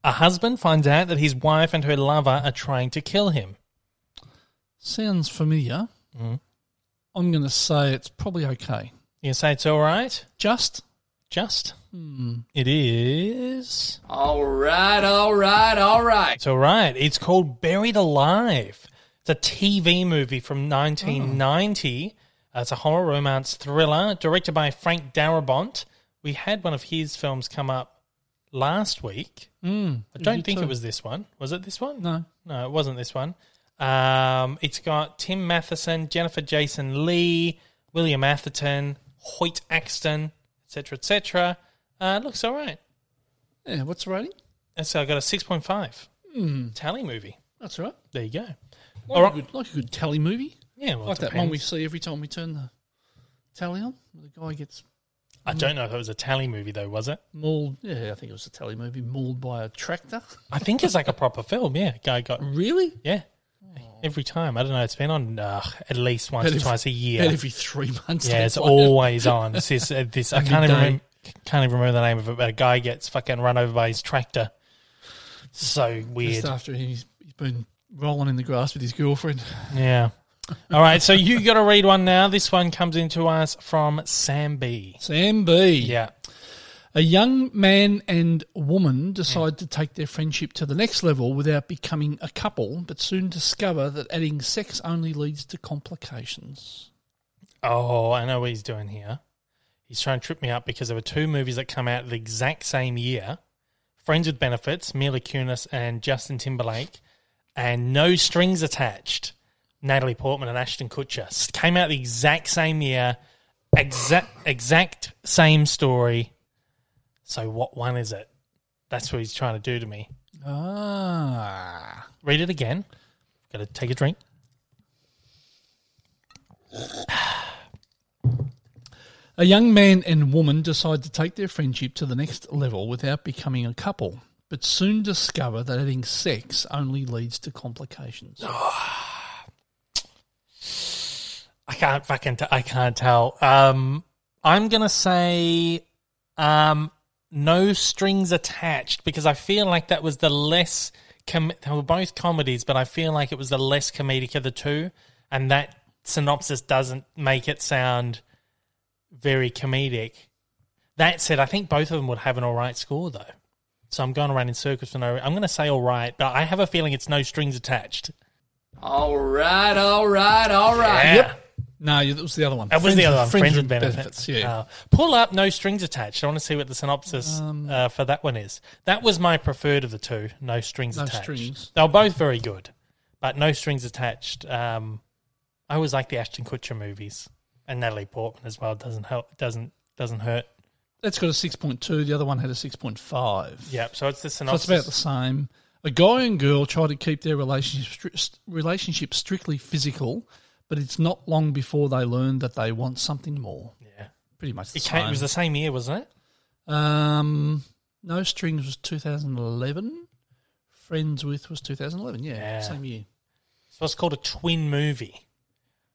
Speaker 2: A husband finds out that his wife and her lover are trying to kill him. Mm-hmm.
Speaker 3: Sounds familiar. I'm going to say it's probably okay.
Speaker 2: You say it's all right?
Speaker 3: Just
Speaker 2: Just? It is.
Speaker 4: All right, all right, all right.
Speaker 2: It's all right. It's called Buried Alive. It's a TV movie from 1990. Uh, It's a horror romance thriller directed by Frank Darabont. We had one of his films come up last week. I don't think it was this one. Was it this one?
Speaker 3: no.
Speaker 2: No, it wasn't this one. Um, it's got Tim Matheson, Jennifer Jason Lee, William Atherton, Hoyt Axton, etc., etc. Uh, it looks all right.
Speaker 3: Yeah, what's the rating?
Speaker 2: And so I got a 6.5
Speaker 3: Hmm.
Speaker 2: tally movie.
Speaker 3: That's all right.
Speaker 2: There you go.
Speaker 3: Like,
Speaker 2: All
Speaker 3: a
Speaker 2: right.
Speaker 3: good, like a good tally movie.
Speaker 2: Yeah, well,
Speaker 3: like
Speaker 2: it
Speaker 3: that one we
Speaker 2: depends.
Speaker 3: see every time we turn the tally on. where The guy gets
Speaker 2: I don't know if it was a tally movie though, was it?
Speaker 3: mauled. Yeah, I think it was a tally movie. Mauled by a tractor.
Speaker 2: I think it's like a proper film. Yeah, guy got
Speaker 3: Really?
Speaker 2: yeah.
Speaker 3: Oh.
Speaker 2: Every time, I don't know. It's been on uh, at least once
Speaker 3: Every-
Speaker 2: or twice a year.
Speaker 3: About every three months.
Speaker 2: yeah,
Speaker 3: they
Speaker 2: it's
Speaker 3: play
Speaker 2: always on. It's this, uh, this I can't even
Speaker 3: Midday.
Speaker 2: remember, can't even remember the name of it. But a guy gets fucking run over by his tractor. So
Speaker 3: it.
Speaker 2: weird.
Speaker 3: Just after he's, he's been rolling in the grass with his girlfriend.
Speaker 2: Yeah. All right, so you got to read one now. This one comes into us from Sam B.
Speaker 3: Sam B.
Speaker 2: Yeah.
Speaker 3: A young man and woman decide to take their friendship to the next level without becoming a couple, but soon discover that adding sex only leads to complications.
Speaker 2: Oh, I know what he's doing here. He's trying to trip me up because there were two movies that come out the exact same year Friends with Benefits, Mila Kunis and Justin Timberlake, and No Strings Attached, Natalie Portman and Ashton Kutcher. S- Came out the exact same year, exact, exact same story. So, what one is it? That's what he's trying to do to me.
Speaker 3: Ah.
Speaker 2: Read it again. Got to take a drink.
Speaker 3: A young man and woman decide to take their friendship to the next level without becoming a couple, but soon discover that adding sex only leads to complications.
Speaker 2: Oh. I can't fucking. T- I can't tell. Um, I'm gonna say, um, no strings attached because I feel like that was the less. Com- they were both comedies, but I feel like it was the less comedic of the two, and that synopsis doesn't make it sound very comedic. That said, I think both of them would have an all right score though. So I'm going around in circles for no. I'm going to say all right, but I have a feeling it's no strings attached.
Speaker 4: All right, all right, all right.
Speaker 2: Yeah.
Speaker 3: No, yeah, that was the other one.
Speaker 2: That was the other one. Friends, with benefits.
Speaker 3: yeah.
Speaker 2: Uh, pull up, no strings attached. I want to see what the synopsis
Speaker 3: Um,
Speaker 2: uh, for that one is. That was my preferred of the two. No strings
Speaker 3: No
Speaker 2: attached.
Speaker 3: strings.
Speaker 2: They were both very good, but no strings attached. Um, I always like the Ashton Kutcher movies and Natalie Portman as well. Doesn't help. Doesn't doesn't hurt.
Speaker 3: That's got a 6.2, the other one had a 6.5.
Speaker 2: Yep. So it's the
Speaker 3: So it's
Speaker 2: synopsis.
Speaker 3: about the same. A guy and girl try to keep their relationship stri- relationship strictly physical, but it's not long before they learn that they want something more.
Speaker 2: yeah.
Speaker 3: Pretty much the
Speaker 2: It, came, it
Speaker 3: same.
Speaker 2: was the same year, wasn't it?
Speaker 3: um, no Strings was 2011. Friends with was 2011. Yeah,
Speaker 2: Yeah.
Speaker 3: same year.
Speaker 2: So it's called a twin movie.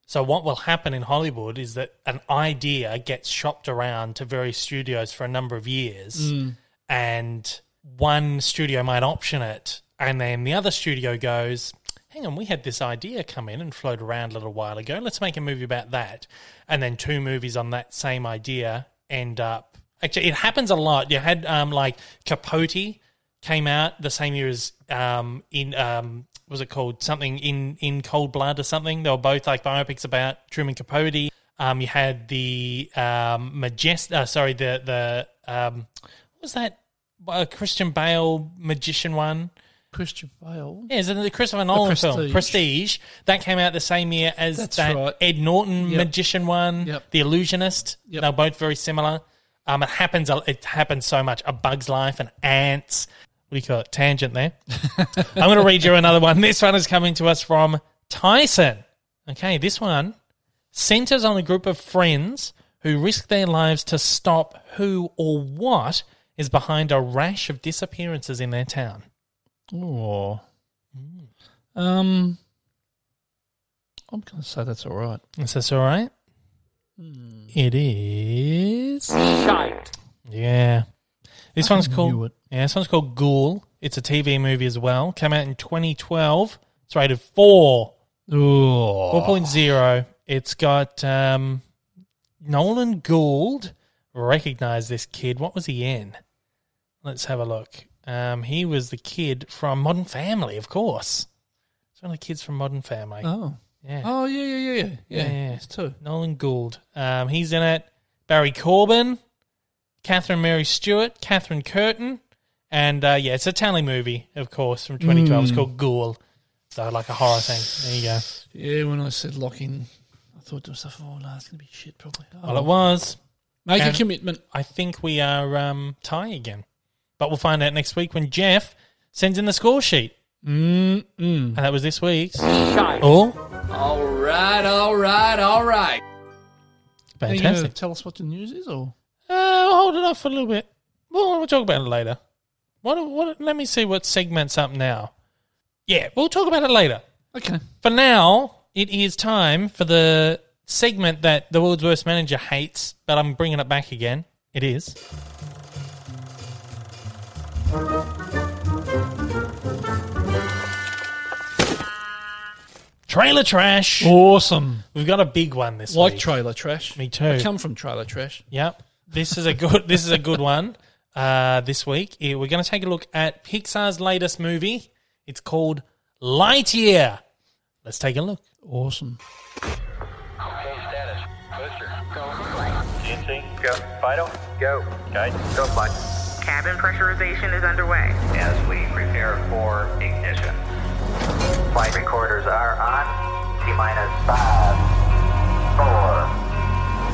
Speaker 2: So what will happen in Hollywood is that an idea gets shopped around to various studios for a number of years,
Speaker 3: Mm.
Speaker 2: and one studio might option it, and then the other studio goes, "Hang on, we had this idea come in and float around a little while ago. Let's make a movie about that." And then two movies on that same idea end up. Actually, it happens a lot. You had um, like Capote came out the same year as um, in um, was it called something in in Cold Blood or something? They were both like biopics about Truman Capote. Um, you had the um, majest, uh, sorry, the the um, what was that uh, Christian Bale magician one?
Speaker 3: Christian Bale.
Speaker 2: Yeah, is it the Christopher Nolan film
Speaker 3: Prestige.
Speaker 2: Prestige that came out the same year as
Speaker 3: That's
Speaker 2: that
Speaker 3: right.
Speaker 2: Ed Norton
Speaker 3: Yep.
Speaker 2: magician one,
Speaker 3: Yep.
Speaker 2: The Illusionist.
Speaker 3: Yep.
Speaker 2: They're both very similar. Um, it happens. It happens so much. A Bug's Life and Ants. What do you call it? Tangent there. I'm going to read you another one. This one is coming to us from Tyson. Okay, this one centers on a group of friends who risk their lives to stop who or what is behind a rash of disappearances in their town.
Speaker 3: Oh. Um, I'm going to say that's all right.
Speaker 2: Is this all right?
Speaker 3: Hmm.
Speaker 2: It is. Yeah. This one's
Speaker 3: knew
Speaker 2: called.
Speaker 3: it.
Speaker 2: Yeah, this one's called Ghoul. It's a TV movie as well. Came out in 2012. It's rated four.
Speaker 3: Oh.
Speaker 2: 4.0. It's got um, Nolan Gould. Recognize this kid. What was he in? Let's have a look. Um, he was the kid from Modern Family, of course. It's one of the kids from Modern Family.
Speaker 3: Oh.
Speaker 2: Yeah.
Speaker 3: Oh, yeah, yeah, yeah, yeah. Yeah,
Speaker 2: Yeah, yeah.
Speaker 3: it's two.
Speaker 2: Nolan Gould. Um, he's in it. Barry Corbin, Catherine Mary Stewart, Catherine Curtin, and uh, yeah, it's a tally movie, of course, from 2012. It's called Ghoul. So like a horror thing. There you go.
Speaker 3: Yeah, when I said lock in, I thought to myself, oh, no, it's going to be shit, probably. Oh,
Speaker 2: Well, it was.
Speaker 3: Make
Speaker 2: and-
Speaker 3: a commitment.
Speaker 2: I think we are um, tie again, but we'll find out next week when Jeff sends in the score sheet. Mm-mm. And that was this week's. Oh,
Speaker 4: All right, all right, all right.
Speaker 3: Are you going to
Speaker 2: fantastic!
Speaker 3: tell us what the news is, or?
Speaker 2: Uh, we'll hold it off for a little bit. We'll, we'll talk about it later. What, what? Let me see what segment's up now. Yeah, we'll talk about it later.
Speaker 3: Okay.
Speaker 2: For now, it is time for the segment that the world's worst manager hates, but I'm bringing it back again. It is. Trailer trash.
Speaker 3: Awesome.
Speaker 2: We've got a big one this
Speaker 3: Like
Speaker 2: week.
Speaker 3: trailer trash.
Speaker 2: Me too.
Speaker 3: I come from trailer trash.
Speaker 2: Yep. This is a good this is a good one. Uh, this week Eh, we're going to take a look at Pixar's latest movie. It's called Lightyear. Let's take a look.
Speaker 3: Awesome.
Speaker 5: Okay, status. Booster. Go. GNC. Go. uh, Fido. Go. Guidance. Go, flight.
Speaker 6: Cabin pressurization is underway.
Speaker 5: As we prepare for ignition. Flight recorders are on. T minus five, four,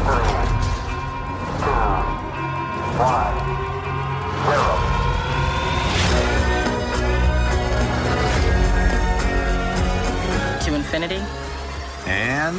Speaker 5: three, two, one, zero.
Speaker 7: To infinity
Speaker 1: And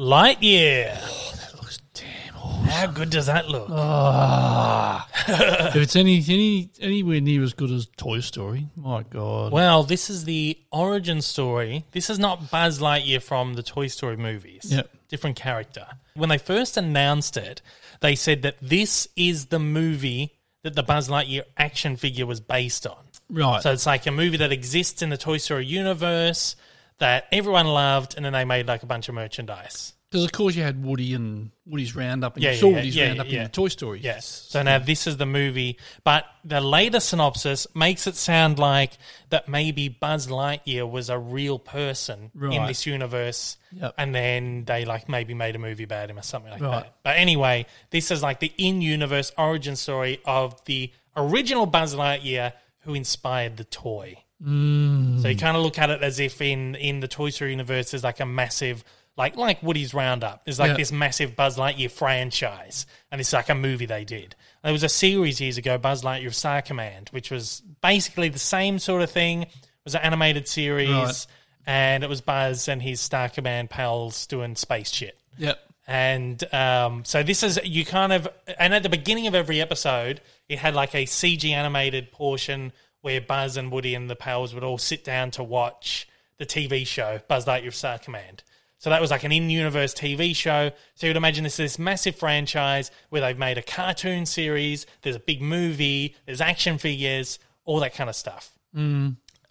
Speaker 2: Lightyear.
Speaker 3: That looks damn
Speaker 2: How good does that look?
Speaker 3: Oh. Ah. if it's any, any anywhere near as good as Toy Story, my God.
Speaker 2: Well, this is the origin story. This is not Buzz Lightyear from the Toy Story movies.
Speaker 3: Yep.
Speaker 2: Different character. When they first announced it, they said that this is the movie that the Buzz Lightyear action figure was based on.
Speaker 3: right.
Speaker 2: So it's like a movie that exists in the Toy Story universe that everyone loved, and then they made like a bunch of merchandise.
Speaker 3: Because, of course, you had Woody and Woody's Roundup, and
Speaker 2: Yeah,
Speaker 3: you saw
Speaker 2: yeah,
Speaker 3: Woody's
Speaker 2: yeah,
Speaker 3: Roundup
Speaker 2: yeah.
Speaker 3: in Toy Story.
Speaker 2: Yes. So now this is the movie, but the later synopsis makes it sound like that maybe Buzz Lightyear was a real person in
Speaker 3: Right.
Speaker 2: this universe,
Speaker 3: Yep.
Speaker 2: and then they like maybe made a movie about him or something like
Speaker 3: Right.
Speaker 2: that. But anyway, this is like the in-universe origin story of the original Buzz Lightyear who inspired the toy. So
Speaker 3: Mm.
Speaker 2: you kind of look at it as if in in the Toy Story universe, there's like a massive, like like Woody's Roundup. There's like
Speaker 3: Yeah.
Speaker 2: this massive Buzz Lightyear franchise, and it's like a movie they did. There was a series years ago, Buzz Lightyear of Star Command, which was basically the same sort of thing. It was an animated series,
Speaker 3: Right.
Speaker 2: and it was Buzz and his Star Command pals doing space shit.
Speaker 3: Yep.
Speaker 2: And um, so this is you kind of and at the beginning of every episode, it had like a CG animated portion where Buzz and Woody and the pals would all sit down to watch the TV show Buzz Lightyear of Star Command. So that was like an in-universe TV show. So you'd imagine this is this massive franchise where they've made a cartoon series. There's a big movie. There's action figures, all that kind of stuff.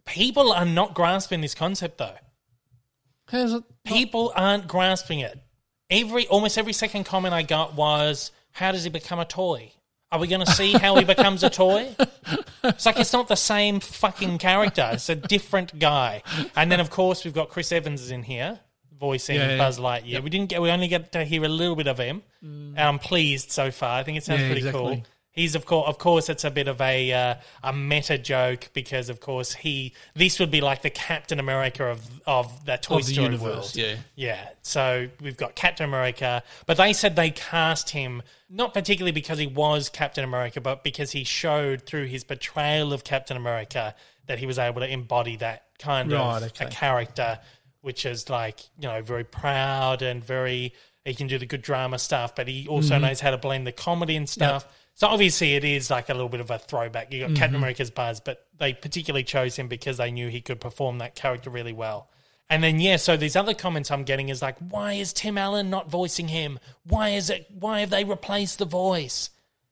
Speaker 2: People are not grasping this concept though
Speaker 3: How's it?
Speaker 2: people aren't grasping it. Every almost every second comment I got was, "How does he become a toy? Are we going to see how he becomes a toy?" It's like it's not the same fucking character; it's a different guy. And then, of course, we've got Chris Evans in here voicing
Speaker 3: Yeah, yeah,
Speaker 2: Buzz Lightyear. We didn't get; we only get to hear a little bit of him. And I'm pleased so far. I think it sounds
Speaker 3: Mm. Yeah,
Speaker 2: pretty
Speaker 3: exactly.
Speaker 2: cool. He's of course, of course, it's a bit of a uh, a meta joke because, of course, he this would be like the Captain America of of that Toy
Speaker 3: Of the
Speaker 2: Story world.
Speaker 3: universe, yeah.
Speaker 2: Yeah. So we've got Captain America, but they said they cast him not particularly because he was Captain America, but because he showed through his portrayal of Captain America that he was able to embody that kind
Speaker 3: Right,
Speaker 2: of
Speaker 3: okay.
Speaker 2: a character, which is like, you know, very proud and very, he can do the good drama stuff, but he also
Speaker 3: Mm-hmm.
Speaker 2: knows how to blend the comedy and stuff. So obviously it is like a little bit of a throwback. You got
Speaker 3: Mm-hmm.
Speaker 2: Captain America's buzz, but they particularly chose him because they knew he could perform that character really well. And then yeah, so these other comments I'm getting is like, why is Tim Allen not voicing him? Why is it? Why have they replaced the voice?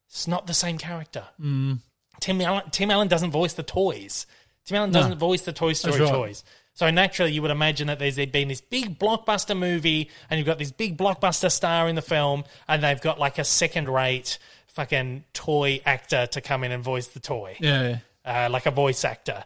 Speaker 2: It's not the same character. Tim Allen, Tim Allen doesn't voice the toys. Tim Allen doesn't voice the Toy Story
Speaker 3: right.
Speaker 2: toys. So naturally, you would imagine that there's been this big blockbuster movie, and you've got this big blockbuster star in the film, and they've got like a second-rate fucking toy actor to come in and voice the toy,
Speaker 3: Yeah.
Speaker 2: uh, like a voice actor.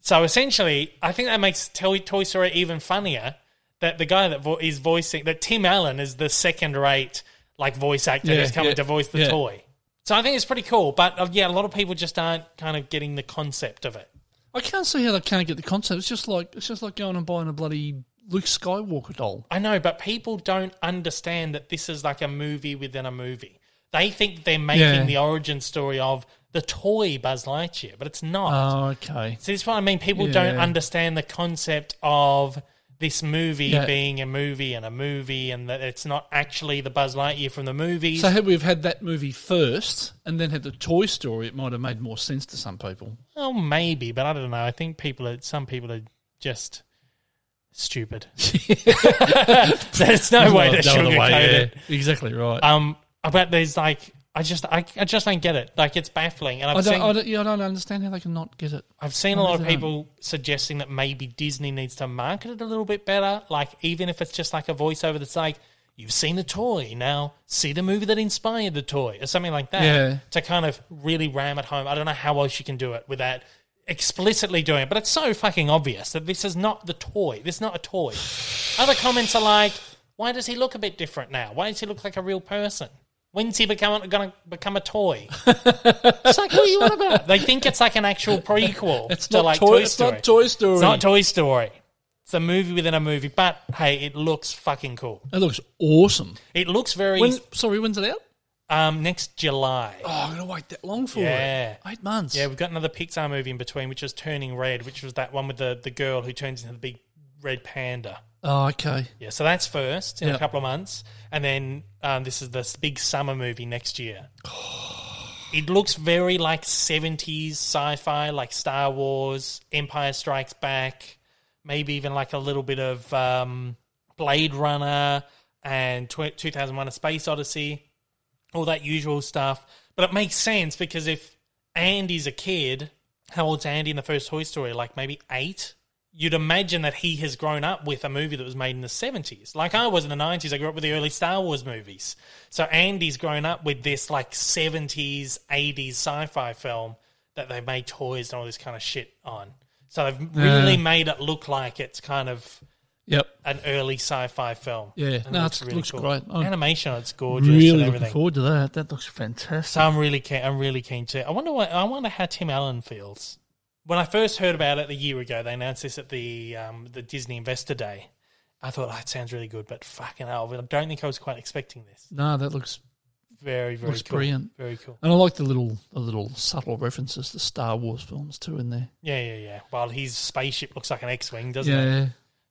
Speaker 2: So essentially, I think that makes Toy, Toy Story even funnier. That the guy that vo- is voicing that Tim Allen is the second-rate like voice actor
Speaker 3: Yeah,
Speaker 2: who's coming
Speaker 3: yeah,
Speaker 2: to voice the
Speaker 3: yeah.
Speaker 2: toy. So I think it's pretty cool, but uh, yeah, a lot of people just aren't kind of getting the concept of it.
Speaker 3: I can't see how they can't get the concept. It's just like it's just like going and buying a bloody Luke Skywalker doll.
Speaker 2: I know, but people don't understand that this is like a movie within a movie. They think they're making
Speaker 3: Yeah.
Speaker 2: the origin story of the toy Buzz Lightyear, but it's not.
Speaker 3: Oh, okay.
Speaker 2: See, this is what I mean. People don't
Speaker 3: Yeah.
Speaker 2: understand the concept of this movie
Speaker 3: Yeah.
Speaker 2: being a movie and a movie, and that it's not actually the Buzz Lightyear from the movies.
Speaker 3: So had we've had that movie first and then had the Toy Story, it might have made more sense to some people.
Speaker 2: oh, maybe, but I don't know. I think people are. Some people are just stupid. There's no way to
Speaker 3: No other
Speaker 2: sugarcoat it.
Speaker 3: yeah. Exactly right.
Speaker 2: Um, about there's like I just I, I just don't get it. Like it's baffling, and
Speaker 3: I
Speaker 2: I've
Speaker 3: don't,
Speaker 2: seen
Speaker 3: I don't, yeah, I don't understand how they can not get it.
Speaker 2: I've seen a lot of people suggesting that maybe Disney needs to market it a little bit better. Like even if it's just like a voiceover that's like you've seen the toy now see the movie that inspired the toy or something like that
Speaker 3: Yeah.
Speaker 2: to kind of really ram it home. I don't know how else you can do it without explicitly doing it, but it's so fucking obvious that this is not the toy. This is not a toy. Other comments are like, why does he look a bit different now? Why does he look like a real person? When's he become going to become a toy? it's like, what are you on about? They think it's like an actual prequel
Speaker 3: It's
Speaker 2: to
Speaker 3: not
Speaker 2: like
Speaker 3: Toy-
Speaker 2: Toy
Speaker 3: it's
Speaker 2: Story.
Speaker 3: not Toy Story.
Speaker 2: It's not Toy Story. It's a movie within a movie, but hey, it looks fucking cool.
Speaker 3: It looks awesome.
Speaker 2: It looks very
Speaker 3: When, sorry, when's it out?
Speaker 2: um next July.
Speaker 3: Oh, I'm going to wait that long for
Speaker 2: Yeah.
Speaker 3: it. Eight months.
Speaker 2: Yeah, we've got another Pixar movie in between, which was Turning Red, which was that one with the, the girl who turns into the big red panda.
Speaker 3: Oh, okay.
Speaker 2: Yeah, so that's first in a
Speaker 3: Yeah.
Speaker 2: couple of months, and then um, this is this big summer movie next year. it looks very like seventies sci-fi, like Star Wars, Empire Strikes Back, maybe even like a little bit of um, Blade Runner and tw- two thousand one: A Space Odyssey, all that usual stuff. But it makes sense because if Andy's a kid, how old's Andy in the first Toy Story? Like maybe eight. You'd imagine that he has grown up with a movie that was made in the 70s. Like I was in the 90s, I grew up with the early Star Wars movies. So Andy's grown up with this like 70s, 80s sci fi film that they made toys and all this kind of shit on. So they've really made it look like it's kind of
Speaker 3: Yep.
Speaker 2: an early sci fi film.
Speaker 3: Yeah.
Speaker 2: And it
Speaker 3: No, it's- looks great. I'm
Speaker 2: Animation, it's gorgeous. and
Speaker 3: Really looking
Speaker 2: everything.
Speaker 3: forward to that. That looks fantastic.
Speaker 2: So I'm really keen. I'm really keen to. I wonder what. I wonder how Tim Allen feels. When I first heard about it a year ago, they announced this at the um, the Disney Investor Day. I thought "Oh, that sounds really good, but fucking hell, I don't think I was quite expecting this.
Speaker 3: No, that looks
Speaker 2: Very, very
Speaker 3: Looks
Speaker 2: cool.
Speaker 3: brilliant.
Speaker 2: Very cool.
Speaker 3: And I like the little the little subtle references to Star Wars films too in there.
Speaker 2: Yeah, yeah, yeah. Well, his spaceship looks like an X-wing, doesn't it?
Speaker 3: Yeah,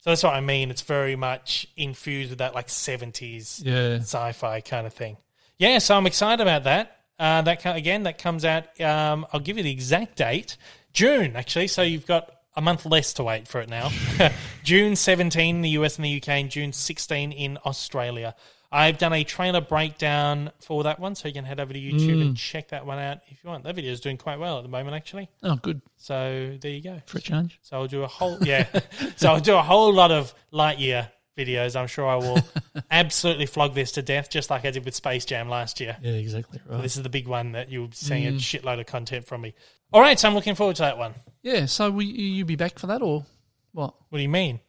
Speaker 2: So that's what I mean. It's very much infused with that like seventies
Speaker 3: yeah.
Speaker 2: sci-fi kind of thing. Yeah, so I'm excited about that. Uh, that co- again, that comes out. Um, I'll give you the exact date, June actually. So you've got a month less to wait for it now. June 17 in the US and the UK, and June 16 in Australia. I've done a trailer breakdown for that one, so you can head over to YouTube and check that one out if you want. That video is doing quite well at the moment, actually.
Speaker 3: Oh, good
Speaker 2: So there you go.
Speaker 3: for a change.
Speaker 2: So I'll do a whole yeah. so I'll do a whole lot of Lightyear videos. I'm sure I will absolutely flog this to death, just like I did with Space Jam last year.
Speaker 3: Yeah, exactly right.
Speaker 2: This is the big one that you'll be seeing
Speaker 3: Mm.
Speaker 2: a shitload of content from me. All right, so I'm looking forward to that one.
Speaker 3: Yeah. So will you you be back for that or what?
Speaker 2: What do you mean?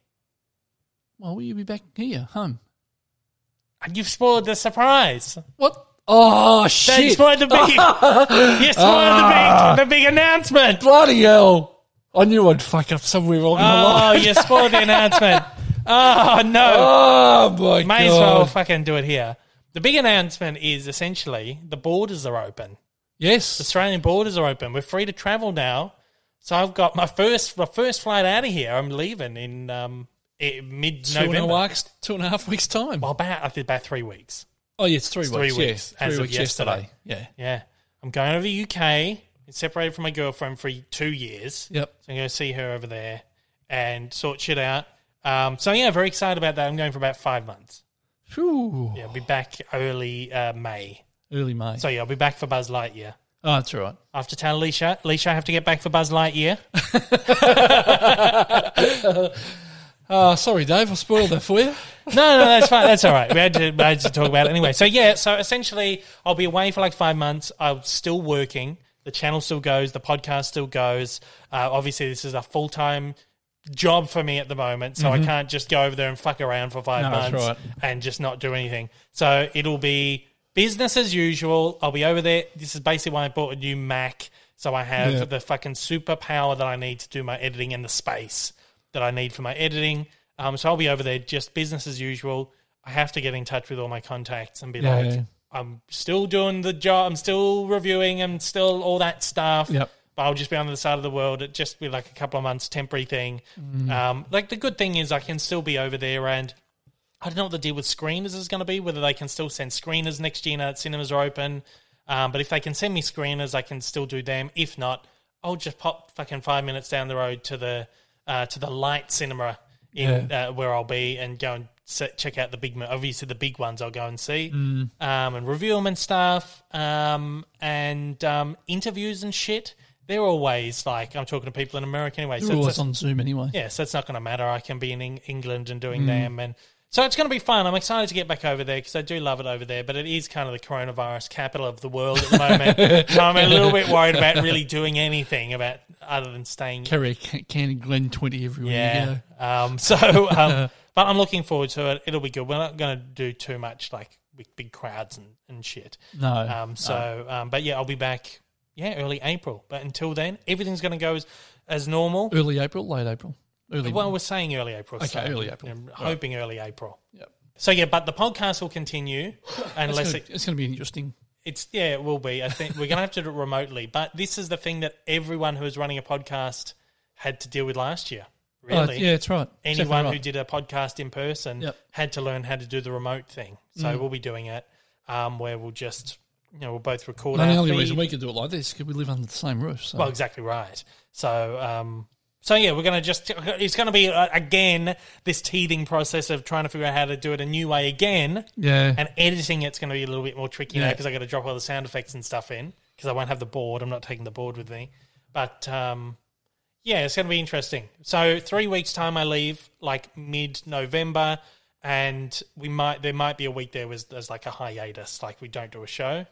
Speaker 3: Well, will you be back here home?
Speaker 2: Ah, You've spoiled the surprise.
Speaker 3: What? Oh
Speaker 2: You
Speaker 3: shit! Ah.
Speaker 2: spoiled the big. you spoiled the big, the big announcement.
Speaker 3: Bloody hell! I knew I'd fuck up somewhere along the
Speaker 2: Oh,
Speaker 3: line.
Speaker 2: you spoiled the announcement. Oh no.
Speaker 3: Oh my god!
Speaker 2: May as well fucking do it here. The big announcement is essentially the borders are open.
Speaker 3: Yes.
Speaker 2: Australian borders are open. We're free to travel now. So I've got my first my first flight out of here. I'm leaving in um, mid
Speaker 3: Two and, a
Speaker 2: November.
Speaker 3: weeks, two and a half weeks time.
Speaker 2: Well, about I think about three weeks.
Speaker 3: Oh, yeah, it's three
Speaker 2: three
Speaker 3: weeks. yeah.
Speaker 2: weeks
Speaker 3: three
Speaker 2: as of
Speaker 3: weeks yesterday. Yeah.
Speaker 2: Yeah, I'm going over to the UK. Been separated from my girlfriend for two years.
Speaker 3: Yep.
Speaker 2: So I'm going to see her over there and sort shit out. Um, so yeah, very excited about that. I'm going for about five months.
Speaker 3: Phew.
Speaker 2: Yeah, I'll be back early uh, May.
Speaker 3: Early May.
Speaker 2: So yeah, I'll be back for Buzz Lightyear.
Speaker 3: Oh, that's all right.
Speaker 2: I have to tell Leisha. Leisha, I have to get back for Buzz Lightyear.
Speaker 3: Uh, sorry, Dave, I spoiled that for you.
Speaker 2: No, no, that's fine. That's all right. We had to, we had to talk about it anyway. So yeah, so essentially, I'll be away for like five months. I'm still working. The channel still goes. The podcast still goes. Uh, obviously, this is a full time job for me at the moment, so I can't just go over there and fuck around for five
Speaker 3: Mm-hmm. No, that's
Speaker 2: months
Speaker 3: right.
Speaker 2: and just not do anything. So it'll be business as usual. I'll be over there. This is basically why I bought a new Mac, so I have
Speaker 3: Yeah.
Speaker 2: the fucking superpower that I need to do my editing and the space that I need for my editing. Um, so I'll be over there just business as usual. I have to get in touch with all my contacts and be
Speaker 3: Yeah,
Speaker 2: like,
Speaker 3: yeah.
Speaker 2: I'm still doing the job. I'm still reviewing. I'm still all that stuff.
Speaker 3: Yep.
Speaker 2: But I'll just be on the other side of the world. It just be like a couple of months temporary thing.
Speaker 3: Mm-hmm.
Speaker 2: Um, like the good thing is I can still be over there and I don't know what the deal with screeners is going to be. Whether they can still send screeners next year now that cinemas are open. Um, but if they can send me screeners, I can still do them. If not, I'll just pop fucking five minutes down the road to the uh, to the light cinema in uh, where I'll be and go and se- check out the big. mo- Obviously, the big ones I'll go and see um, and review them and stuff. Um, and um, interviews and shit. They're always like I'm talking to people in America anyway.
Speaker 3: We're
Speaker 2: it's
Speaker 3: always
Speaker 2: a-
Speaker 3: on Zoom anyway.
Speaker 2: yeah, so it's not going to matter. I can be in Eng- England and
Speaker 3: Mm.
Speaker 2: doing them, and so it's going to be fun. I'm excited to get back over there because I do love it over there. But it is kind of the coronavirus capital of the world at the moment, so I'm a little bit worried about really doing anything about other than staying.
Speaker 3: Carry a ca- can of Glen 20 everywhere you
Speaker 2: yeah.
Speaker 3: go.
Speaker 2: Um, so, um, but I'm looking forward to it. It'll be good. We're not going to do too much like with big crowds and, and shit.
Speaker 3: No.
Speaker 2: Um, so, um, but yeah, I'll be back. Yeah, early April. But until then, everything's going to go as as normal.
Speaker 3: Early April, late April. Early
Speaker 2: Well, we're saying early April.
Speaker 3: Okay, early April.
Speaker 2: I'm hoping early April.
Speaker 3: Yep.
Speaker 2: So yeah, but the podcast will continue
Speaker 3: It's
Speaker 2: unless it,
Speaker 3: gonna- it's going to be interesting.
Speaker 2: it's yeah, it will be. I think we're gonna have to do it remotely. But this is the thing that everyone who was running a podcast had to deal with last year. Really,
Speaker 3: Oh, yeah, that's right. Exactly
Speaker 2: anyone who
Speaker 3: right.
Speaker 2: did a podcast in person
Speaker 3: Yep. Mm.
Speaker 2: had to learn how to do the remote thing. So we'll be doing it um, where we'll just you know we'll both record.
Speaker 3: No,
Speaker 2: our
Speaker 3: the only
Speaker 2: feed.
Speaker 3: reason we could do it like this is 'cause we live under the same roof. So.
Speaker 2: Well, exactly right. So, um, so yeah, we're going to just, it's going to be uh, again this teething process of trying to figure out how to do it a new way again.
Speaker 3: yeah.
Speaker 2: And editing it's going to be a little bit more tricky now
Speaker 3: Yeah.
Speaker 2: because i got to drop all the sound effects and stuff in because I won't have the board. I'm not taking the board with me. But um, yeah, it's going to be interesting. So, three weeks' time, I leave like mid November. And we might there might be a week there was there's like a hiatus, like we don't do a show.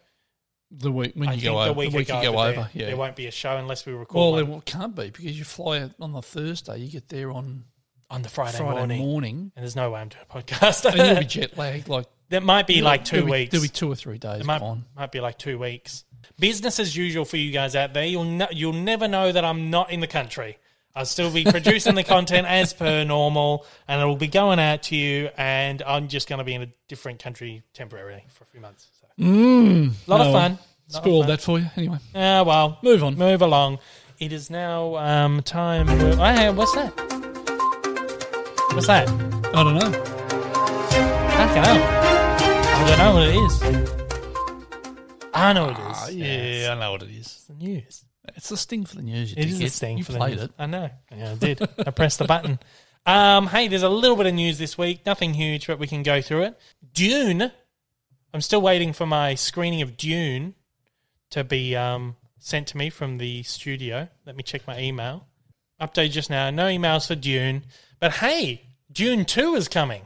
Speaker 3: the week when
Speaker 2: I
Speaker 3: you
Speaker 2: think
Speaker 3: go over,
Speaker 2: the week,
Speaker 3: the week
Speaker 2: I
Speaker 3: you
Speaker 2: go
Speaker 3: go
Speaker 2: over, there,
Speaker 3: over. Yeah.
Speaker 2: there won't be a show unless we record.
Speaker 3: well,
Speaker 2: one.
Speaker 3: there w- can't be because you fly out on the Thursday. You get there on
Speaker 2: on the Friday,
Speaker 3: Friday
Speaker 2: morning.
Speaker 3: morning,
Speaker 2: and there's no way I'm doing a podcast.
Speaker 3: and you'll be jet lagged. Like
Speaker 2: that might be like 2
Speaker 3: there'll be-
Speaker 2: weeks.
Speaker 3: There'll be two or three days
Speaker 2: it might,
Speaker 3: gone.
Speaker 2: might be like two weeks. Business as usual for you guys out there. You'll no, you'll never know that I'm not in the country. I'll still be producing the content as per normal, and it'll be going out to you. And I'm just going to be in a different country temporarily for a few months. So. a lot of
Speaker 3: No,
Speaker 2: fun. Lot of
Speaker 3: Spoiled
Speaker 2: fun.
Speaker 3: that for you anyway.
Speaker 2: Ah, well,
Speaker 3: Move on.
Speaker 2: move along. It is now um, time. For, oh, hey, what's that? What's that?
Speaker 3: I don't know.
Speaker 2: Fucking hell. I don't know what it is. I know what it is. Ah, Yeah,
Speaker 3: I know what it is.
Speaker 2: it's the news.
Speaker 3: It's a sting for the news. You
Speaker 2: It is
Speaker 3: dickhead.
Speaker 2: a sting
Speaker 3: You
Speaker 2: for the
Speaker 3: played
Speaker 2: news.
Speaker 3: it.
Speaker 2: I know. Yeah, I did. I pressed the button. Um, hey, there's a little bit of news this week. Nothing huge, but we can go through it. Dune. I'm still waiting for my screening of Dune to be um, sent to me from the studio. Let me check my email. Update just now. No emails for Dune. But hey, Dune 2 is coming.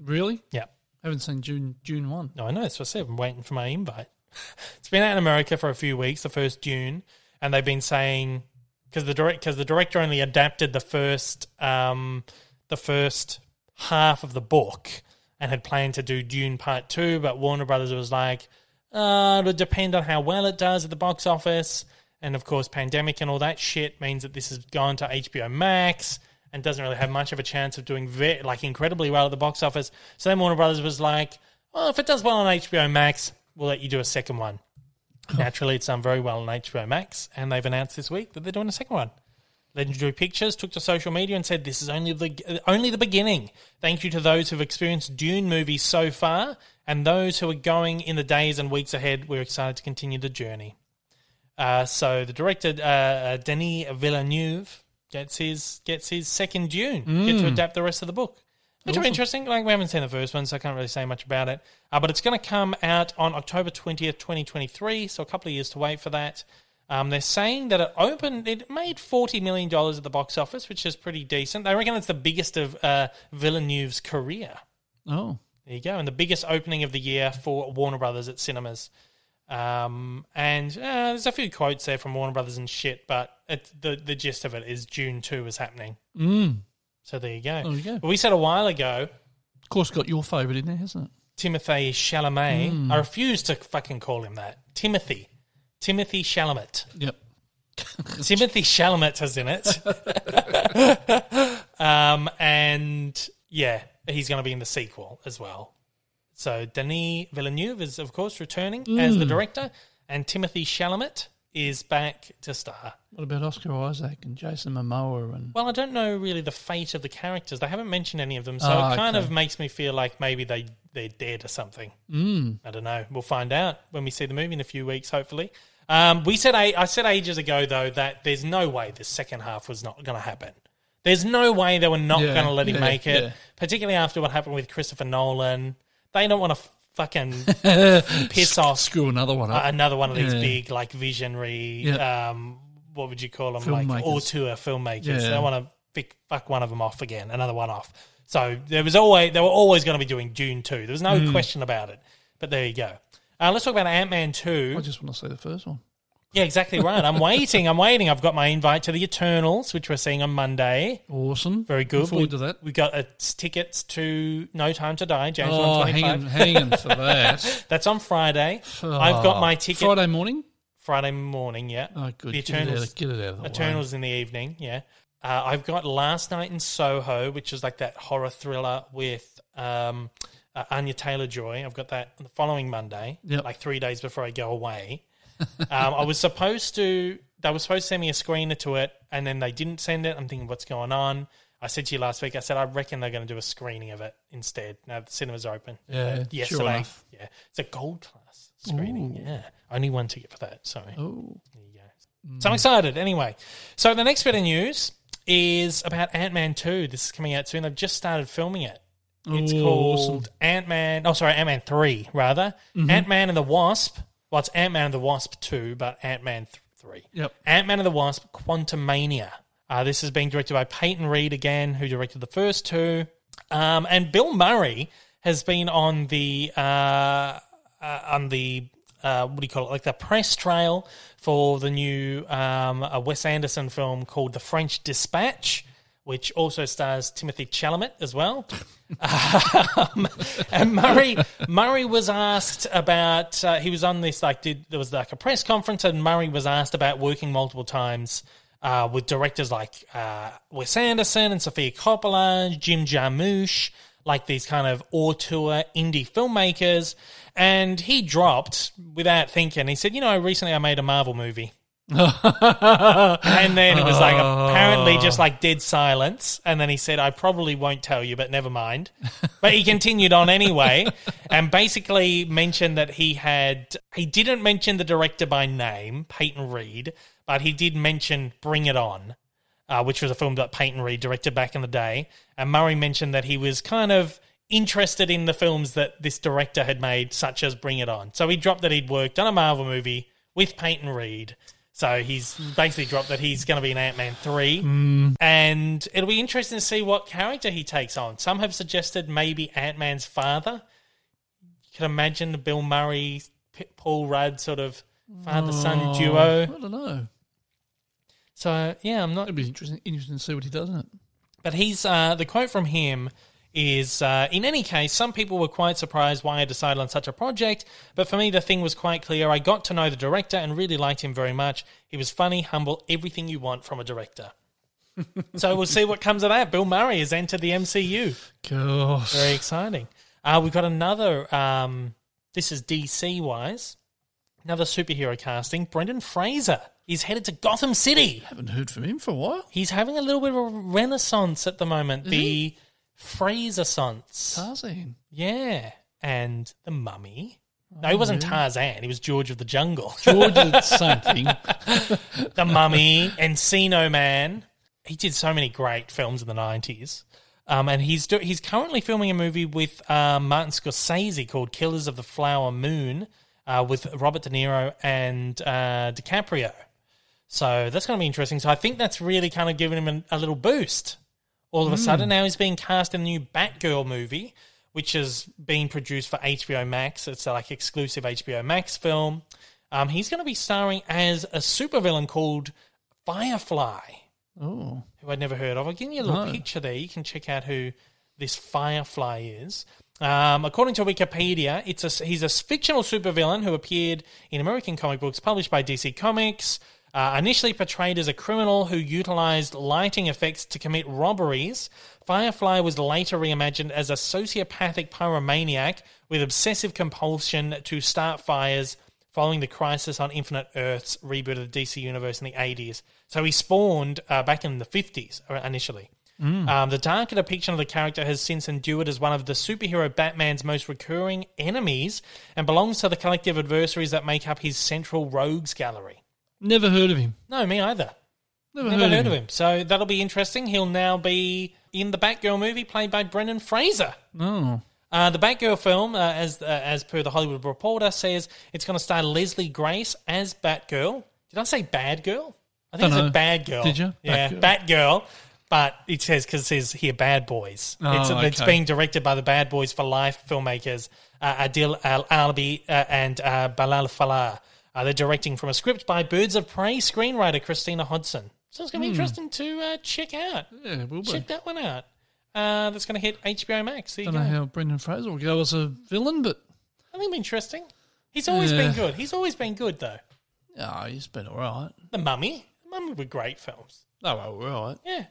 Speaker 3: Really?
Speaker 2: Yeah.
Speaker 3: Haven't seen June June one.
Speaker 2: No, I know. That's what I said. I'm waiting for my invite. It's been out in America for a few weeks, the first Dune, and they've been saying because the direct because the director only adapted the first um, the first half of the book and had planned to do Dune Part Two, but Warner Brothers was like, uh, it'll depend on how well it does at the box office, and of course, pandemic and all that shit means that this has gone to HBO Max and doesn't really have much of a chance of doing ve- like incredibly well at the box office. So then Warner Brothers was like, well, if it does well on HBO Max, we'll let you do a second one. Naturally, it's done very well on HBO Max, and they've announced this week that they're doing a second one. Legendary Pictures took to social media and said, "This is only the only the beginning. Thank you to those who've experienced Dune movies so far, and those who are going in the days and weeks ahead. We're excited to continue the journey." Uh, so the director uh, uh, Denis Villeneuve gets his gets his second Dune, get to adapt the rest of the book. which will be interesting. Like we haven't seen the first one, so I can't really say much about it. Uh, but it's going to come out on October twentieth, twenty twenty three. So a couple of years to wait for that. Um, they're saying that it opened. It made forty million dollars at the box office, which is pretty decent. They reckon it's the biggest of uh, Villeneuve's career.
Speaker 3: Oh,
Speaker 2: There you go, and the biggest opening of the year for Warner Brothers at cinemas. Um, and uh, there's a few quotes there from Warner Brothers and shit, but it, the the gist of it is June two is happening. Mm. So there you go.
Speaker 3: There you go.
Speaker 2: But we said a while ago,
Speaker 3: of course, got your favourite in there, hasn't it?
Speaker 2: Timothy Chalamet.
Speaker 3: Mm.
Speaker 2: I refuse to fucking call him that. Timothy, Timothy Chalamet.
Speaker 3: Yep.
Speaker 2: Timothy Chalamet is in it. um, and yeah, he's going to be in the sequel as well. So Denis Villeneuve is, of course, returning as the director, and Timothy Chalamet is back to star.
Speaker 3: What about Oscar Isaac and Jason Momoa and
Speaker 2: Well, I don't know really the fate of the characters. They haven't mentioned any of them, so
Speaker 3: Ah,
Speaker 2: it kind
Speaker 3: okay.
Speaker 2: of makes me feel like maybe they they're dead or something. Mm. I don't know. We'll find out when we see the movie in a few weeks, hopefully. Um, we said I, I said ages ago though that there's no way the second half was not going to happen. There's no way they were not
Speaker 3: Yeah,
Speaker 2: going to let him
Speaker 3: yeah,
Speaker 2: make it,
Speaker 3: yeah.
Speaker 2: particularly after what happened with Christopher Nolan. They don't want to fucking piss off
Speaker 3: screw another one up?
Speaker 2: Uh, another one of these
Speaker 3: Yeah.
Speaker 2: big like visionary
Speaker 3: Yeah.
Speaker 2: um what would you call them
Speaker 3: Filmmakers.
Speaker 2: like auteur filmmakers
Speaker 3: Yeah.
Speaker 2: they want to pick, fuck one of them off again another one off so there was always they were always going to be doing dune 2 there was no
Speaker 3: Mm.
Speaker 2: question about it but there you go uh, let's talk about ant-man 2
Speaker 3: I just want to see the first one.
Speaker 2: yeah exactly right i'm waiting i'm waiting i've got my invite to the eternals which we're seeing on monday
Speaker 3: Awesome.
Speaker 2: very good
Speaker 3: Look
Speaker 2: we,
Speaker 3: forward to that.
Speaker 2: we got uh, tickets to no time to die james
Speaker 3: Oh,
Speaker 2: 125.
Speaker 3: hanging, hanging for that.
Speaker 2: that's on friday i've got my ticket friday,
Speaker 3: Ah, Friday morning.
Speaker 2: morning yeah
Speaker 3: Oh, good.
Speaker 2: the
Speaker 3: Get it, out
Speaker 2: eternals
Speaker 3: of, get it out of the way.
Speaker 2: Eternals in the evening, yeah. Uh, I've got Last Night in Soho, which is like that horror thriller with um, uh, Anya Taylor Joy. I've got that on the following Monday,
Speaker 3: Yep.
Speaker 2: like three days before I go away. um, I was supposed to, they were supposed to send me a screener to it, and then they didn't send it. I'm thinking, what's going on? I said to you last week, I said, I reckon they're going to do a screening of it instead. Now the cinemas are open.
Speaker 3: Yeah, sure
Speaker 2: yesterday.
Speaker 3: enough.
Speaker 2: yeah. It's a gold class screening. Yeah. Only one ticket for that. Sorry.
Speaker 3: Oh,
Speaker 2: So I'm excited. Anyway, so the next bit of news is about Ant Man 2. This is coming out soon. They've just started filming it. It's
Speaker 3: Ooh,
Speaker 2: called
Speaker 3: awesome. Mm-hmm.
Speaker 2: Ant Man. Oh, sorry, Ant Man 3, rather. Ant Man and the Wasp. Well, it's Ant Man and the Wasp 2, but Ant Man 3.
Speaker 3: Yep.
Speaker 2: Ant Man and the Wasp Quantumania. Uh, this is being directed by Peyton Reed again, who directed the first two. Um, and Bill Murray has been on the. Uh, uh, on the uh, what do you call it, like the press trail for the new um, a Wes Anderson film called The French Dispatch, which also stars Timothy Chalamet as well. um, and Murray Murray was asked about uh, he was on this like did there was like a press conference and Murray was asked about working multiple times. Uh, with directors like uh, Wes Anderson and Sophia Coppola, Jim Jarmusch, like these kind of auteur indie filmmakers. And he dropped without thinking. He said, You know, recently I made a Marvel movie. and then it was like apparently just like dead silence. And then he said, I probably won't tell you, but never mind. But he continued on anyway and basically mentioned that he had, he didn't mention the director by name, Peyton Reed, but he did mention Bring It On uh, which was a film that Peyton Reed directed back in the day. And Murray mentioned that he was kind of interested in the films that this director had made, such as Bring It On. So he dropped that he'd worked on a Marvel movie with Peyton Reed. So he's basically dropped that he's going to be in Ant Man 3. And it'll be interesting to see what character he takes on. Some have suggested maybe Ant Man's father. You can imagine the Bill Murray, P- Paul Rudd sort of father son
Speaker 3: I
Speaker 2: duo.
Speaker 3: don't know.
Speaker 2: So, yeah, I'm not
Speaker 3: It'd be interesting, interesting to see what he does in it.
Speaker 2: But he's uh, the quote from him is uh, in any case, some people were quite surprised why I decided on such a project, but for me the thing was quite clear. I got to know the director and really liked him very much. He was funny, humble, everything you want from a director. so we'll see what comes of that. Bill Murray has entered the MCU.
Speaker 3: Gosh.
Speaker 2: Very exciting. Uh, we've got another. Um, this is DC wise. Another superhero casting. Brendan Fraser. He's headed to Gotham City
Speaker 3: Haven't heard from him for a while.
Speaker 2: he's having a little bit of a renaissance at the moment. the Frasersance.
Speaker 3: Tarzan.
Speaker 2: Yeah. And the mummy. No, he wasn't Tarzan. He was George of the Jungle.
Speaker 3: George did something.
Speaker 2: the Mummy, Encino Man. He did so many great films in the 90s. Um, and he's do- he's currently filming a movie with uh, Martin Scorsese called Killers of the Flower Moon uh, with Robert De Niro and uh, DiCaprio. So that's going to be interesting. So I think that's really kind of giving him an, a little boost. All of a sudden, now he's being cast in a new Batgirl movie, which is being produced for HBO Max. It's a, like exclusive HBO Max film. Um, he's going to be starring as a supervillain called Firefly
Speaker 3: Oh,
Speaker 2: who I'd never heard of. I'll give you a little picture there. You can check out who this Firefly is. Um, according to Wikipedia, it's a, he's a fictional supervillain who appeared in American comic books published by DC Comics. Uh, initially portrayed as a criminal who utilized lighting effects to commit robberies, Firefly was later reimagined as a sociopathic pyromaniac with obsessive compulsion to start fires following the crisis on Infinite Earth's reboot of the DC Universe in the 80s. So he spawned uh, back in the 50s or- initially. Um, the darker depiction of the character has since endured as one of the superhero Batman's most recurring enemies and belongs to the collective adversaries that make up his central rogues gallery.
Speaker 3: never heard of him.
Speaker 2: No, me either.
Speaker 3: Never,
Speaker 2: Never heard of him. So that'll be interesting. He'll now be in the Batgirl movie played by Brendan Fraser.
Speaker 3: No.
Speaker 2: Uh, the Batgirl film, uh, as uh, as per the Hollywood Reporter, says it's going to star Leslie Grace as Batgirl. Did I say bad girl? I think
Speaker 3: Dunno.
Speaker 2: it's a bad girl.
Speaker 3: Did you?
Speaker 2: Yeah,
Speaker 3: Batgirl.
Speaker 2: Batgirl. But it says because it says here bad boys.
Speaker 3: Oh,
Speaker 2: it's, it's
Speaker 3: okay.
Speaker 2: being directed by the Bad Boys for Life filmmakers uh, Adil Al Albi uh, and uh, Balal Falah. Uh, they're directing from a script by Birds of Prey screenwriter Christina Hodson. So it's going to
Speaker 3: Hmm.
Speaker 2: be interesting to uh, check out.
Speaker 3: Yeah, it will be.
Speaker 2: Check that one out. Uh, that's going to hit HBO Max. There you
Speaker 3: Don't
Speaker 2: go.
Speaker 3: know how Brendan Fraser will go as a villain, but
Speaker 2: I think it'd be interesting. He's always
Speaker 3: Yeah.
Speaker 2: been good. He's always been good though.
Speaker 3: oh, he's been all right.
Speaker 2: The Mummy, The Mummy were great films.
Speaker 3: Oh, all right.
Speaker 2: Yeah,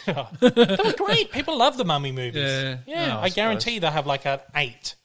Speaker 2: that was great. People love the Mummy movies.
Speaker 3: Yeah. No, I
Speaker 2: I, guarantee
Speaker 3: suppose.
Speaker 2: they'll have like an eight.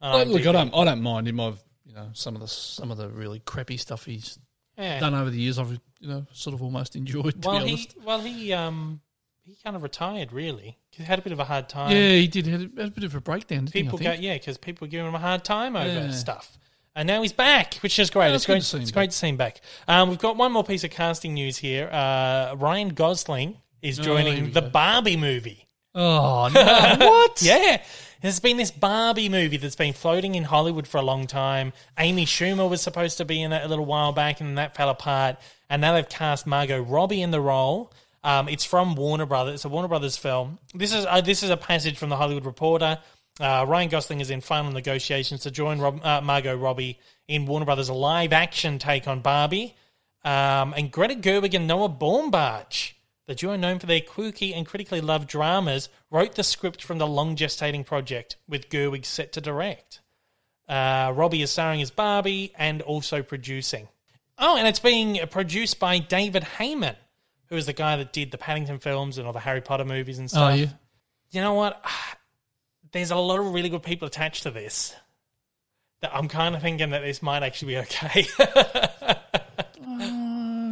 Speaker 2: on
Speaker 3: But look,
Speaker 2: IMDb.
Speaker 3: I don't, I don't mind him. I've, you know, some of the some of the really crappy stuff he's
Speaker 2: Yeah.
Speaker 3: done over the years. I've, you know, sort of almost enjoyed. To
Speaker 2: well,
Speaker 3: be
Speaker 2: he
Speaker 3: honest.
Speaker 2: well he um he kind of retired really. He had a bit of a hard time.
Speaker 3: yeah, he did had a, had a bit of a breakdown. Didn't
Speaker 2: Um, people
Speaker 3: he,
Speaker 2: go
Speaker 3: I think?
Speaker 2: yeah because people were giving him a hard time over
Speaker 3: Yeah.
Speaker 2: stuff and now he's back which is great
Speaker 3: Yeah,
Speaker 2: it's
Speaker 3: it's good
Speaker 2: great
Speaker 3: to see him
Speaker 2: it's
Speaker 3: back.
Speaker 2: great to see him back um, we've got one more piece of casting news here uh, ryan gosling is
Speaker 3: Oh, here
Speaker 2: joining
Speaker 3: we
Speaker 2: the
Speaker 3: go.
Speaker 2: barbie movie
Speaker 3: Oh no! what?
Speaker 2: yeah there's been this barbie movie that's been floating in hollywood for a long time amy schumer was supposed to be in it a little while back and that fell apart and now they've cast margot robbie in the role um, it's from Warner Brothers. It's a Warner Brothers film. This is uh, this is a passage from the Hollywood Reporter. Uh, Ryan Gosling is in final negotiations to join Rob, uh, Margot Robbie in Warner Brothers' live action take on Barbie. Um, and Greta Gerwig and Noah Baumbach, the duo known for their quirky and critically loved dramas, wrote the script from the long gestating project, with Gerwig set to direct. Uh, Robbie is starring as Barbie and also producing. Oh, and it's being produced by David Heyman, who is the guy that did the Paddington films and all the Harry Potter movies and
Speaker 3: Oh
Speaker 2: stuff.
Speaker 3: yeah.
Speaker 2: You know what? There's a lot of really good people attached to this. That I'm kind of thinking that this might actually be okay.
Speaker 3: Uh,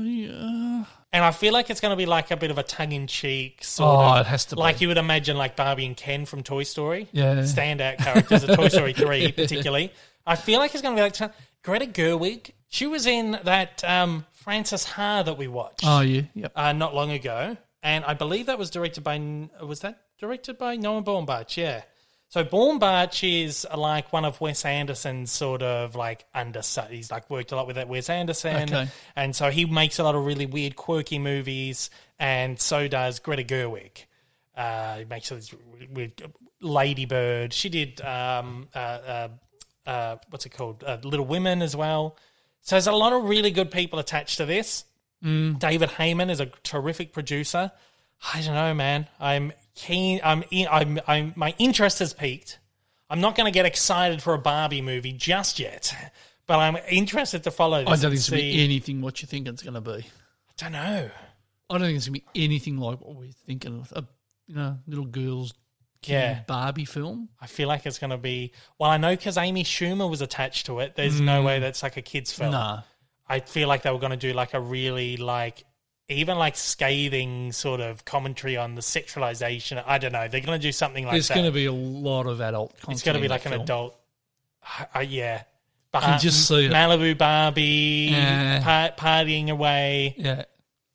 Speaker 3: yeah.
Speaker 2: And I feel like it's going to be like a bit of a tongue in cheek sort
Speaker 3: Oh,
Speaker 2: of.
Speaker 3: it has to be.
Speaker 2: Like you would imagine, like Barbie and Ken from Toy Story.
Speaker 3: Yeah.
Speaker 2: Standout characters of Toy Story 3, particularly. I feel like it's going to be like tongue- Greta Gerwig. She was in that um, Frances Ha that we watched
Speaker 3: Oh yeah. Yep.
Speaker 2: uh, not long ago, and I believe that was directed by was that directed by Noah Baumbach? Yeah. So Baumbach is uh, like one of Wes Anderson's sort of like understudy. He's like worked a lot with that Wes Anderson,
Speaker 3: Okay.
Speaker 2: and so he makes a lot of really weird, quirky movies, and so does Greta Gerwig. Uh, he makes this weird Ladybird. She did um, uh, uh, uh, what's it called? Uh, Little Women as well. So there's a lot of really good people attached to this.
Speaker 3: Mm.
Speaker 2: David Heyman is a terrific producer. I don't know, man. I'm keen. I'm. In, I'm. I'm. My interest has peaked. I'm not going to get excited for a Barbie movie just yet, but I'm interested to follow this.
Speaker 3: I
Speaker 2: and
Speaker 3: don't think it's gonna be
Speaker 2: see-
Speaker 3: anything what you think it's gonna be.
Speaker 2: I don't know.
Speaker 3: I don't think it's gonna be anything like what we're thinking. A you know little girls
Speaker 2: Yeah,
Speaker 3: Barbie film.
Speaker 2: I feel like it's going to be. Well, I know because Amy Schumer was attached to it. There's no way that's like a kids film.
Speaker 3: Mm. Nah.
Speaker 2: I feel like they were going to do like a really like even like scathing sort of commentary on the sexualization. I don't know. They're going to do something like
Speaker 3: There's
Speaker 2: that.
Speaker 3: going to be a lot of adult content.
Speaker 2: it's going to be
Speaker 3: in
Speaker 2: like
Speaker 3: that
Speaker 2: an
Speaker 3: film.
Speaker 2: adult. I, I- yeah. But
Speaker 3: can just see it.
Speaker 2: Malibu Barbie
Speaker 3: Yeah.
Speaker 2: pa- partying away.
Speaker 3: Yeah.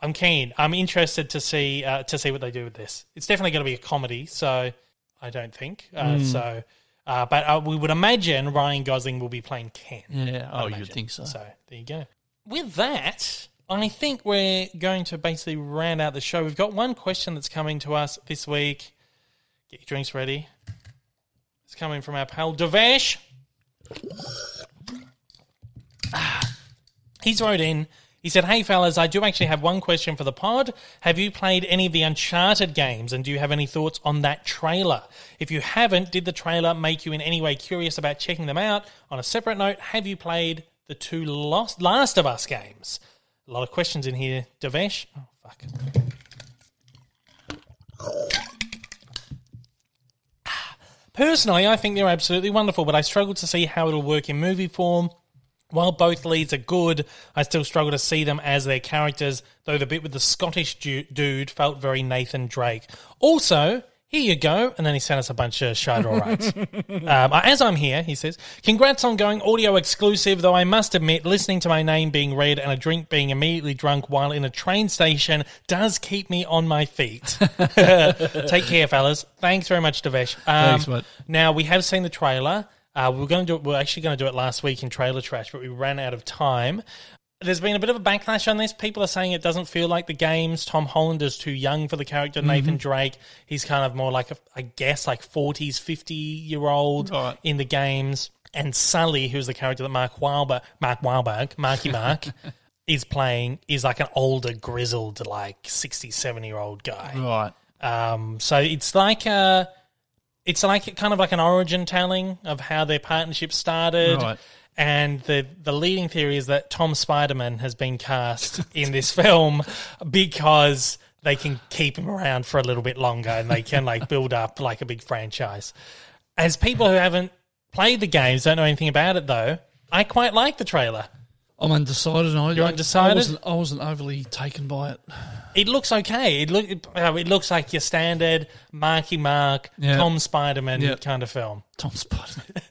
Speaker 2: I'm keen. I'm interested to see uh, to see what they do with this. It's definitely going to be a comedy, so I don't think uh,
Speaker 3: Hmm.
Speaker 2: so. Uh, but uh, we would imagine Ryan Gosling will be playing Ken.
Speaker 3: Yeah.
Speaker 2: I
Speaker 3: Oh, you'd
Speaker 2: imagine.
Speaker 3: think so.
Speaker 2: So there you go. With that, I think we're going to basically round out the show. We've got one question that's coming to us this week. Get your drinks ready. It's coming from our pal Devesh. He's wrote in. He said, Hey fellas, I do actually have one question for the pod. Have you played any of the Uncharted games and do you have any thoughts on that trailer? If you haven't, did the trailer make you in any way curious about checking them out? On a separate note, have you played the two Lost Last of Us games? A lot of questions in here, Devesh. Oh, fuck. Personally, I think they're absolutely wonderful, but I struggle to see how it'll work in movie form. While both leads are good, I still struggle to see them as their characters, though the bit with the Scottish du- dude felt very Nathan Drake. Also, here you go. And then he sent us a bunch of shade all rights. um, as I'm here, he says, Congrats on going audio exclusive, though I must admit, listening to my name being read and a drink being immediately drunk while in a train station does keep me on my feet. Take care, fellas. Thanks very much, Devesh. Um,
Speaker 3: Thanks, mate.
Speaker 2: Now, we have seen the trailer. Uh, we are going to do it. We are actually going to do it last week in Trailer Trash, but we ran out of time. There's been a bit of a backlash on this. People are saying it doesn't feel like the games. Tom Holland is too young for the character.
Speaker 3: Mm-hmm.
Speaker 2: Nathan Drake, he's kind of more like, a, I guess, like 40s, 50 year old
Speaker 3: Right.
Speaker 2: in the games. And Sully, who's the character that Mark Wahlberg, Mark Wahlberg, Marky Mark, is playing, is like an older, grizzled, like 67 year old guy.
Speaker 3: Right.
Speaker 2: Um, so it's like a, it's like kind of like an origin telling of how their partnership started.
Speaker 3: Right.
Speaker 2: And the the leading theory is that Tom Spiderman has been cast in this film because they can keep him around for a little bit longer and they can like build up like a big franchise. As people who haven't played the games don't know anything about it though, I quite like the trailer.
Speaker 3: I'm undecided. and I,
Speaker 2: You're undecided?
Speaker 3: I wasn't, I wasn't overly taken by it.
Speaker 2: it looks okay. It look it, uh, it looks like your standard Marky Mark,
Speaker 3: Yeah.
Speaker 2: Tom Spiderman
Speaker 3: Yeah.
Speaker 2: kind of film,
Speaker 3: Tom Spiderman.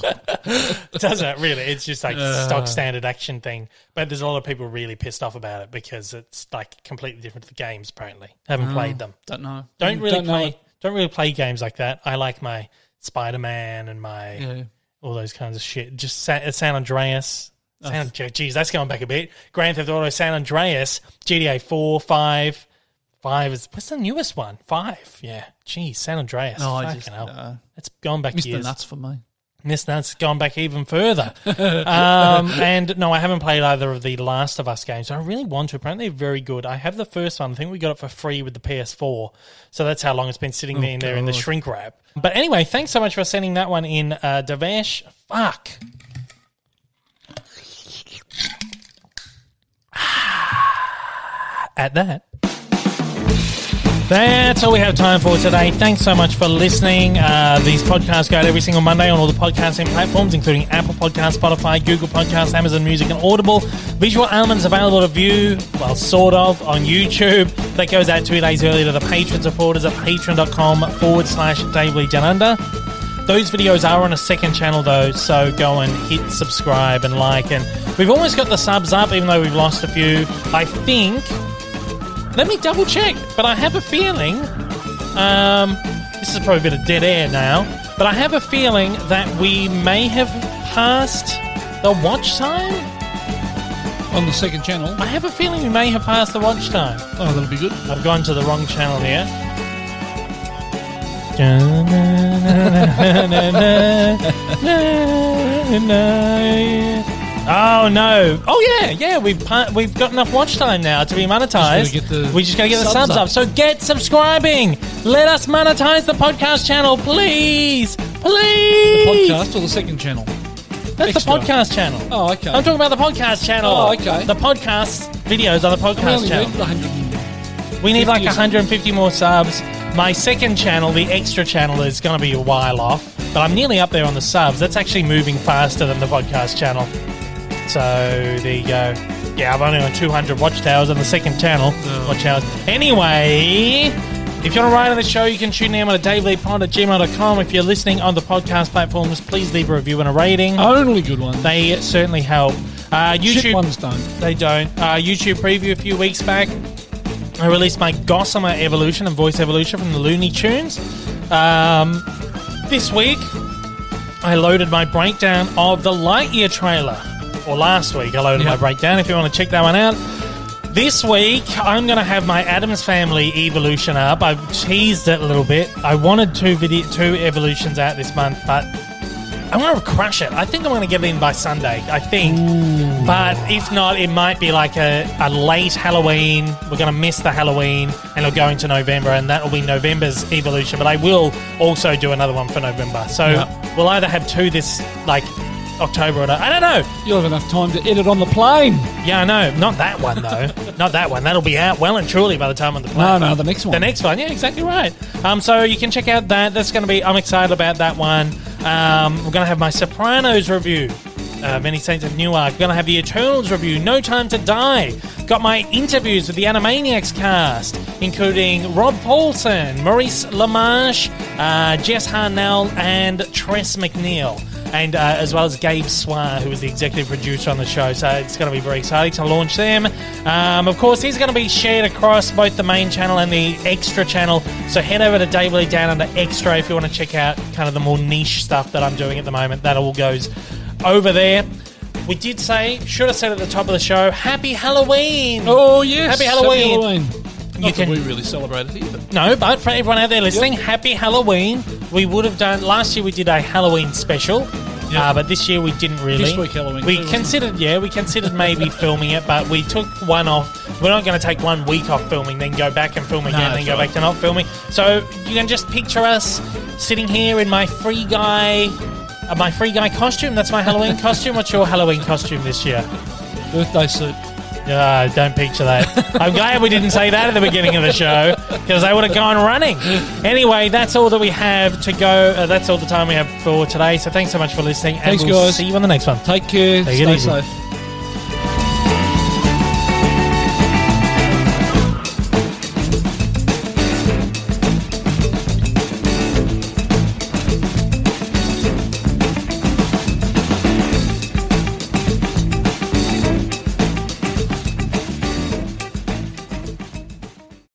Speaker 2: doesn't it? Really, it's just like
Speaker 3: Uh.
Speaker 2: stock standard action thing. But there's a lot of people really pissed off about it because it's like completely different to the games. Apparently, haven't played them.
Speaker 3: Ah. Mm, Don't know.
Speaker 2: Don't really
Speaker 3: know
Speaker 2: play.
Speaker 3: it.
Speaker 2: Don't really play games like that. I like my Spider Man and my
Speaker 3: Yeah.
Speaker 2: all those kinds of shit. Just San, San Andreas. San, geez, that's going back a bit. Grand Theft Auto San Andreas, GTA 4, 5. 5 is, what's the newest one? 5. Yeah. Geez, San Andreas.
Speaker 3: No, I
Speaker 2: Fucking
Speaker 3: just,
Speaker 2: hell.
Speaker 3: uh,
Speaker 2: it's gone back
Speaker 3: Missed the
Speaker 2: years.
Speaker 3: nuts for me.
Speaker 2: Miss Nuts gone back even further. um, and no, I haven't played either of the Last of Us games. I really want to. Apparently, they're very good. I have the first one. I think we got it for free with the PS4. So that's how long it's been sitting there in there in the
Speaker 3: God.
Speaker 2: shrink wrap. But anyway, thanks so much for sending that one in, uh, Devesh. Fuck. At that. That's all we have time for today. Thanks so much for listening. Uh, these podcasts go out every single Monday on all the podcasting platforms, including Apple Podcasts, Spotify, Google Podcasts, Amazon Music, and Audible. Visual Elements available to view, well, sort of, on YouTube. That goes out two days early to the patron supporters at patreon.com forward slash Daily Down Under. Those videos are on a second channel though, so go and hit subscribe and like. And we've almost got the subs up, even though we've lost a few. I think let me double check, but I have a feeling. Um, this is probably a bit of dead air now, but I have a feeling that we may have passed the watch time.
Speaker 3: On the second channel.
Speaker 2: I have a feeling we may have passed the watch time.
Speaker 3: Oh, that'll be good.
Speaker 2: I've gone to the wrong channel here. Oh no! Oh yeah, yeah. We've pa- we've got enough watch time now to be monetized.
Speaker 3: Just gotta get the
Speaker 2: we just gotta get the subs,
Speaker 3: subs
Speaker 2: up.
Speaker 3: up.
Speaker 2: So get subscribing. Let us monetize the podcast channel, please, please.
Speaker 3: Podcast or the second channel?
Speaker 2: That's
Speaker 3: extra.
Speaker 2: the podcast channel.
Speaker 3: Oh, okay.
Speaker 2: I'm talking about the podcast channel.
Speaker 3: Oh, okay.
Speaker 2: The podcast videos are the
Speaker 3: We
Speaker 2: podcast
Speaker 3: only
Speaker 2: channel.
Speaker 3: need the 100 and-
Speaker 2: We need like
Speaker 3: 50 or
Speaker 2: 150 more subs. My second channel, the extra channel, is going to be a while off, but I'm nearly up there on the subs. That's actually moving faster than the podcast channel. So there you go. Yeah, I've only got 200 watch hours on the second channel. Watch hours. Anyway, if you want to write on the show, you can tune in on daveleepod at gmail.com. If you're listening on the podcast platforms, please leave a review and a rating.
Speaker 3: Only good one.
Speaker 2: They certainly help. Uh, Uh,
Speaker 3: Oh. Shit
Speaker 2: YouTube
Speaker 3: ones don't.
Speaker 2: They don't. Uh, YouTube preview a few weeks back. I released my Gossamer Evolution and Voice Evolution from the Looney Tunes. Um, this week, I loaded my breakdown of the Lightyear trailer. Or last week, I loaded my
Speaker 3: Yeah.
Speaker 2: breakdown if you want to check that one out. This week, I'm going to have my Adams Family evolution up. I've teased it a little bit. I wanted two video, two evolutions out this month, but I'm going to crush it. I think I'm going to get it in by Sunday. I think, but if not, it might be like a, a late Halloween. We're going to miss the Halloween, and it'll go into November, and that will be November's evolution. But I will also do another one for November. So
Speaker 3: Yeah.
Speaker 2: we'll either have two this like October or no- I don't know.
Speaker 3: You'll have enough time to edit on the plane.
Speaker 2: Yeah, I know. Not that one though. Not that one. That'll be out well and truly by the time on the
Speaker 3: No,
Speaker 2: plane.
Speaker 3: no, the next one.
Speaker 2: The next one, yeah, exactly right. Um, so you can check out that. That's going to be. I'm excited about that one. Um, we're going to have my Sopranos review. Uh, Many Saints of Newark. We're going to have the Eternals review. No Time to Die. Got my interviews with the Animaniacs cast, including Rob Paulson, Maurice LaMarche, uh, Jess Harnell, and Tress McNeil. And uh, as well as Gabe Swire, who is the executive producer on the show. So it's going to be very exciting to launch them. Um, of course, these are going to be shared across both the main channel and the extra channel. So head over to Dave Lee Down under Extra if you want to check out kind of the more niche stuff that I'm doing at the moment. That all goes over there. We did say, should have said at the top of the show, Happy Halloween!
Speaker 3: Oh yes,
Speaker 2: Happy Halloween.
Speaker 3: Not
Speaker 2: You
Speaker 3: that
Speaker 2: can-
Speaker 3: we really celebrate it either.
Speaker 2: No, but for everyone out there listening, happy Halloween. We would have done last year. We did a Halloween special, uh, but this year we didn't really.
Speaker 3: This week Halloween
Speaker 2: We
Speaker 3: too, isn't it?
Speaker 2: considered, yeah, we considered maybe filming it, but we took one off. We're not going to take one week off filming, then go back and film again, then
Speaker 3: that's
Speaker 2: go
Speaker 3: right.
Speaker 2: back to not filming. So you can just picture us sitting here in my free guy. uh, My free guy costume. That's my Halloween costume. What's your Halloween costume this year?
Speaker 3: Birthday suit.
Speaker 2: Ah, don't picture that. I'm glad we didn't say that at the beginning of the show because they would have gone running. Anyway, that's all that we have to go. Uh, that's all the time we have for today. So thanks so much for listening. And
Speaker 3: Thanks,
Speaker 2: we'll
Speaker 3: guys.
Speaker 2: See you on the next one.
Speaker 3: Take care.
Speaker 2: Take it
Speaker 3: Stay
Speaker 2: easy.
Speaker 3: safe.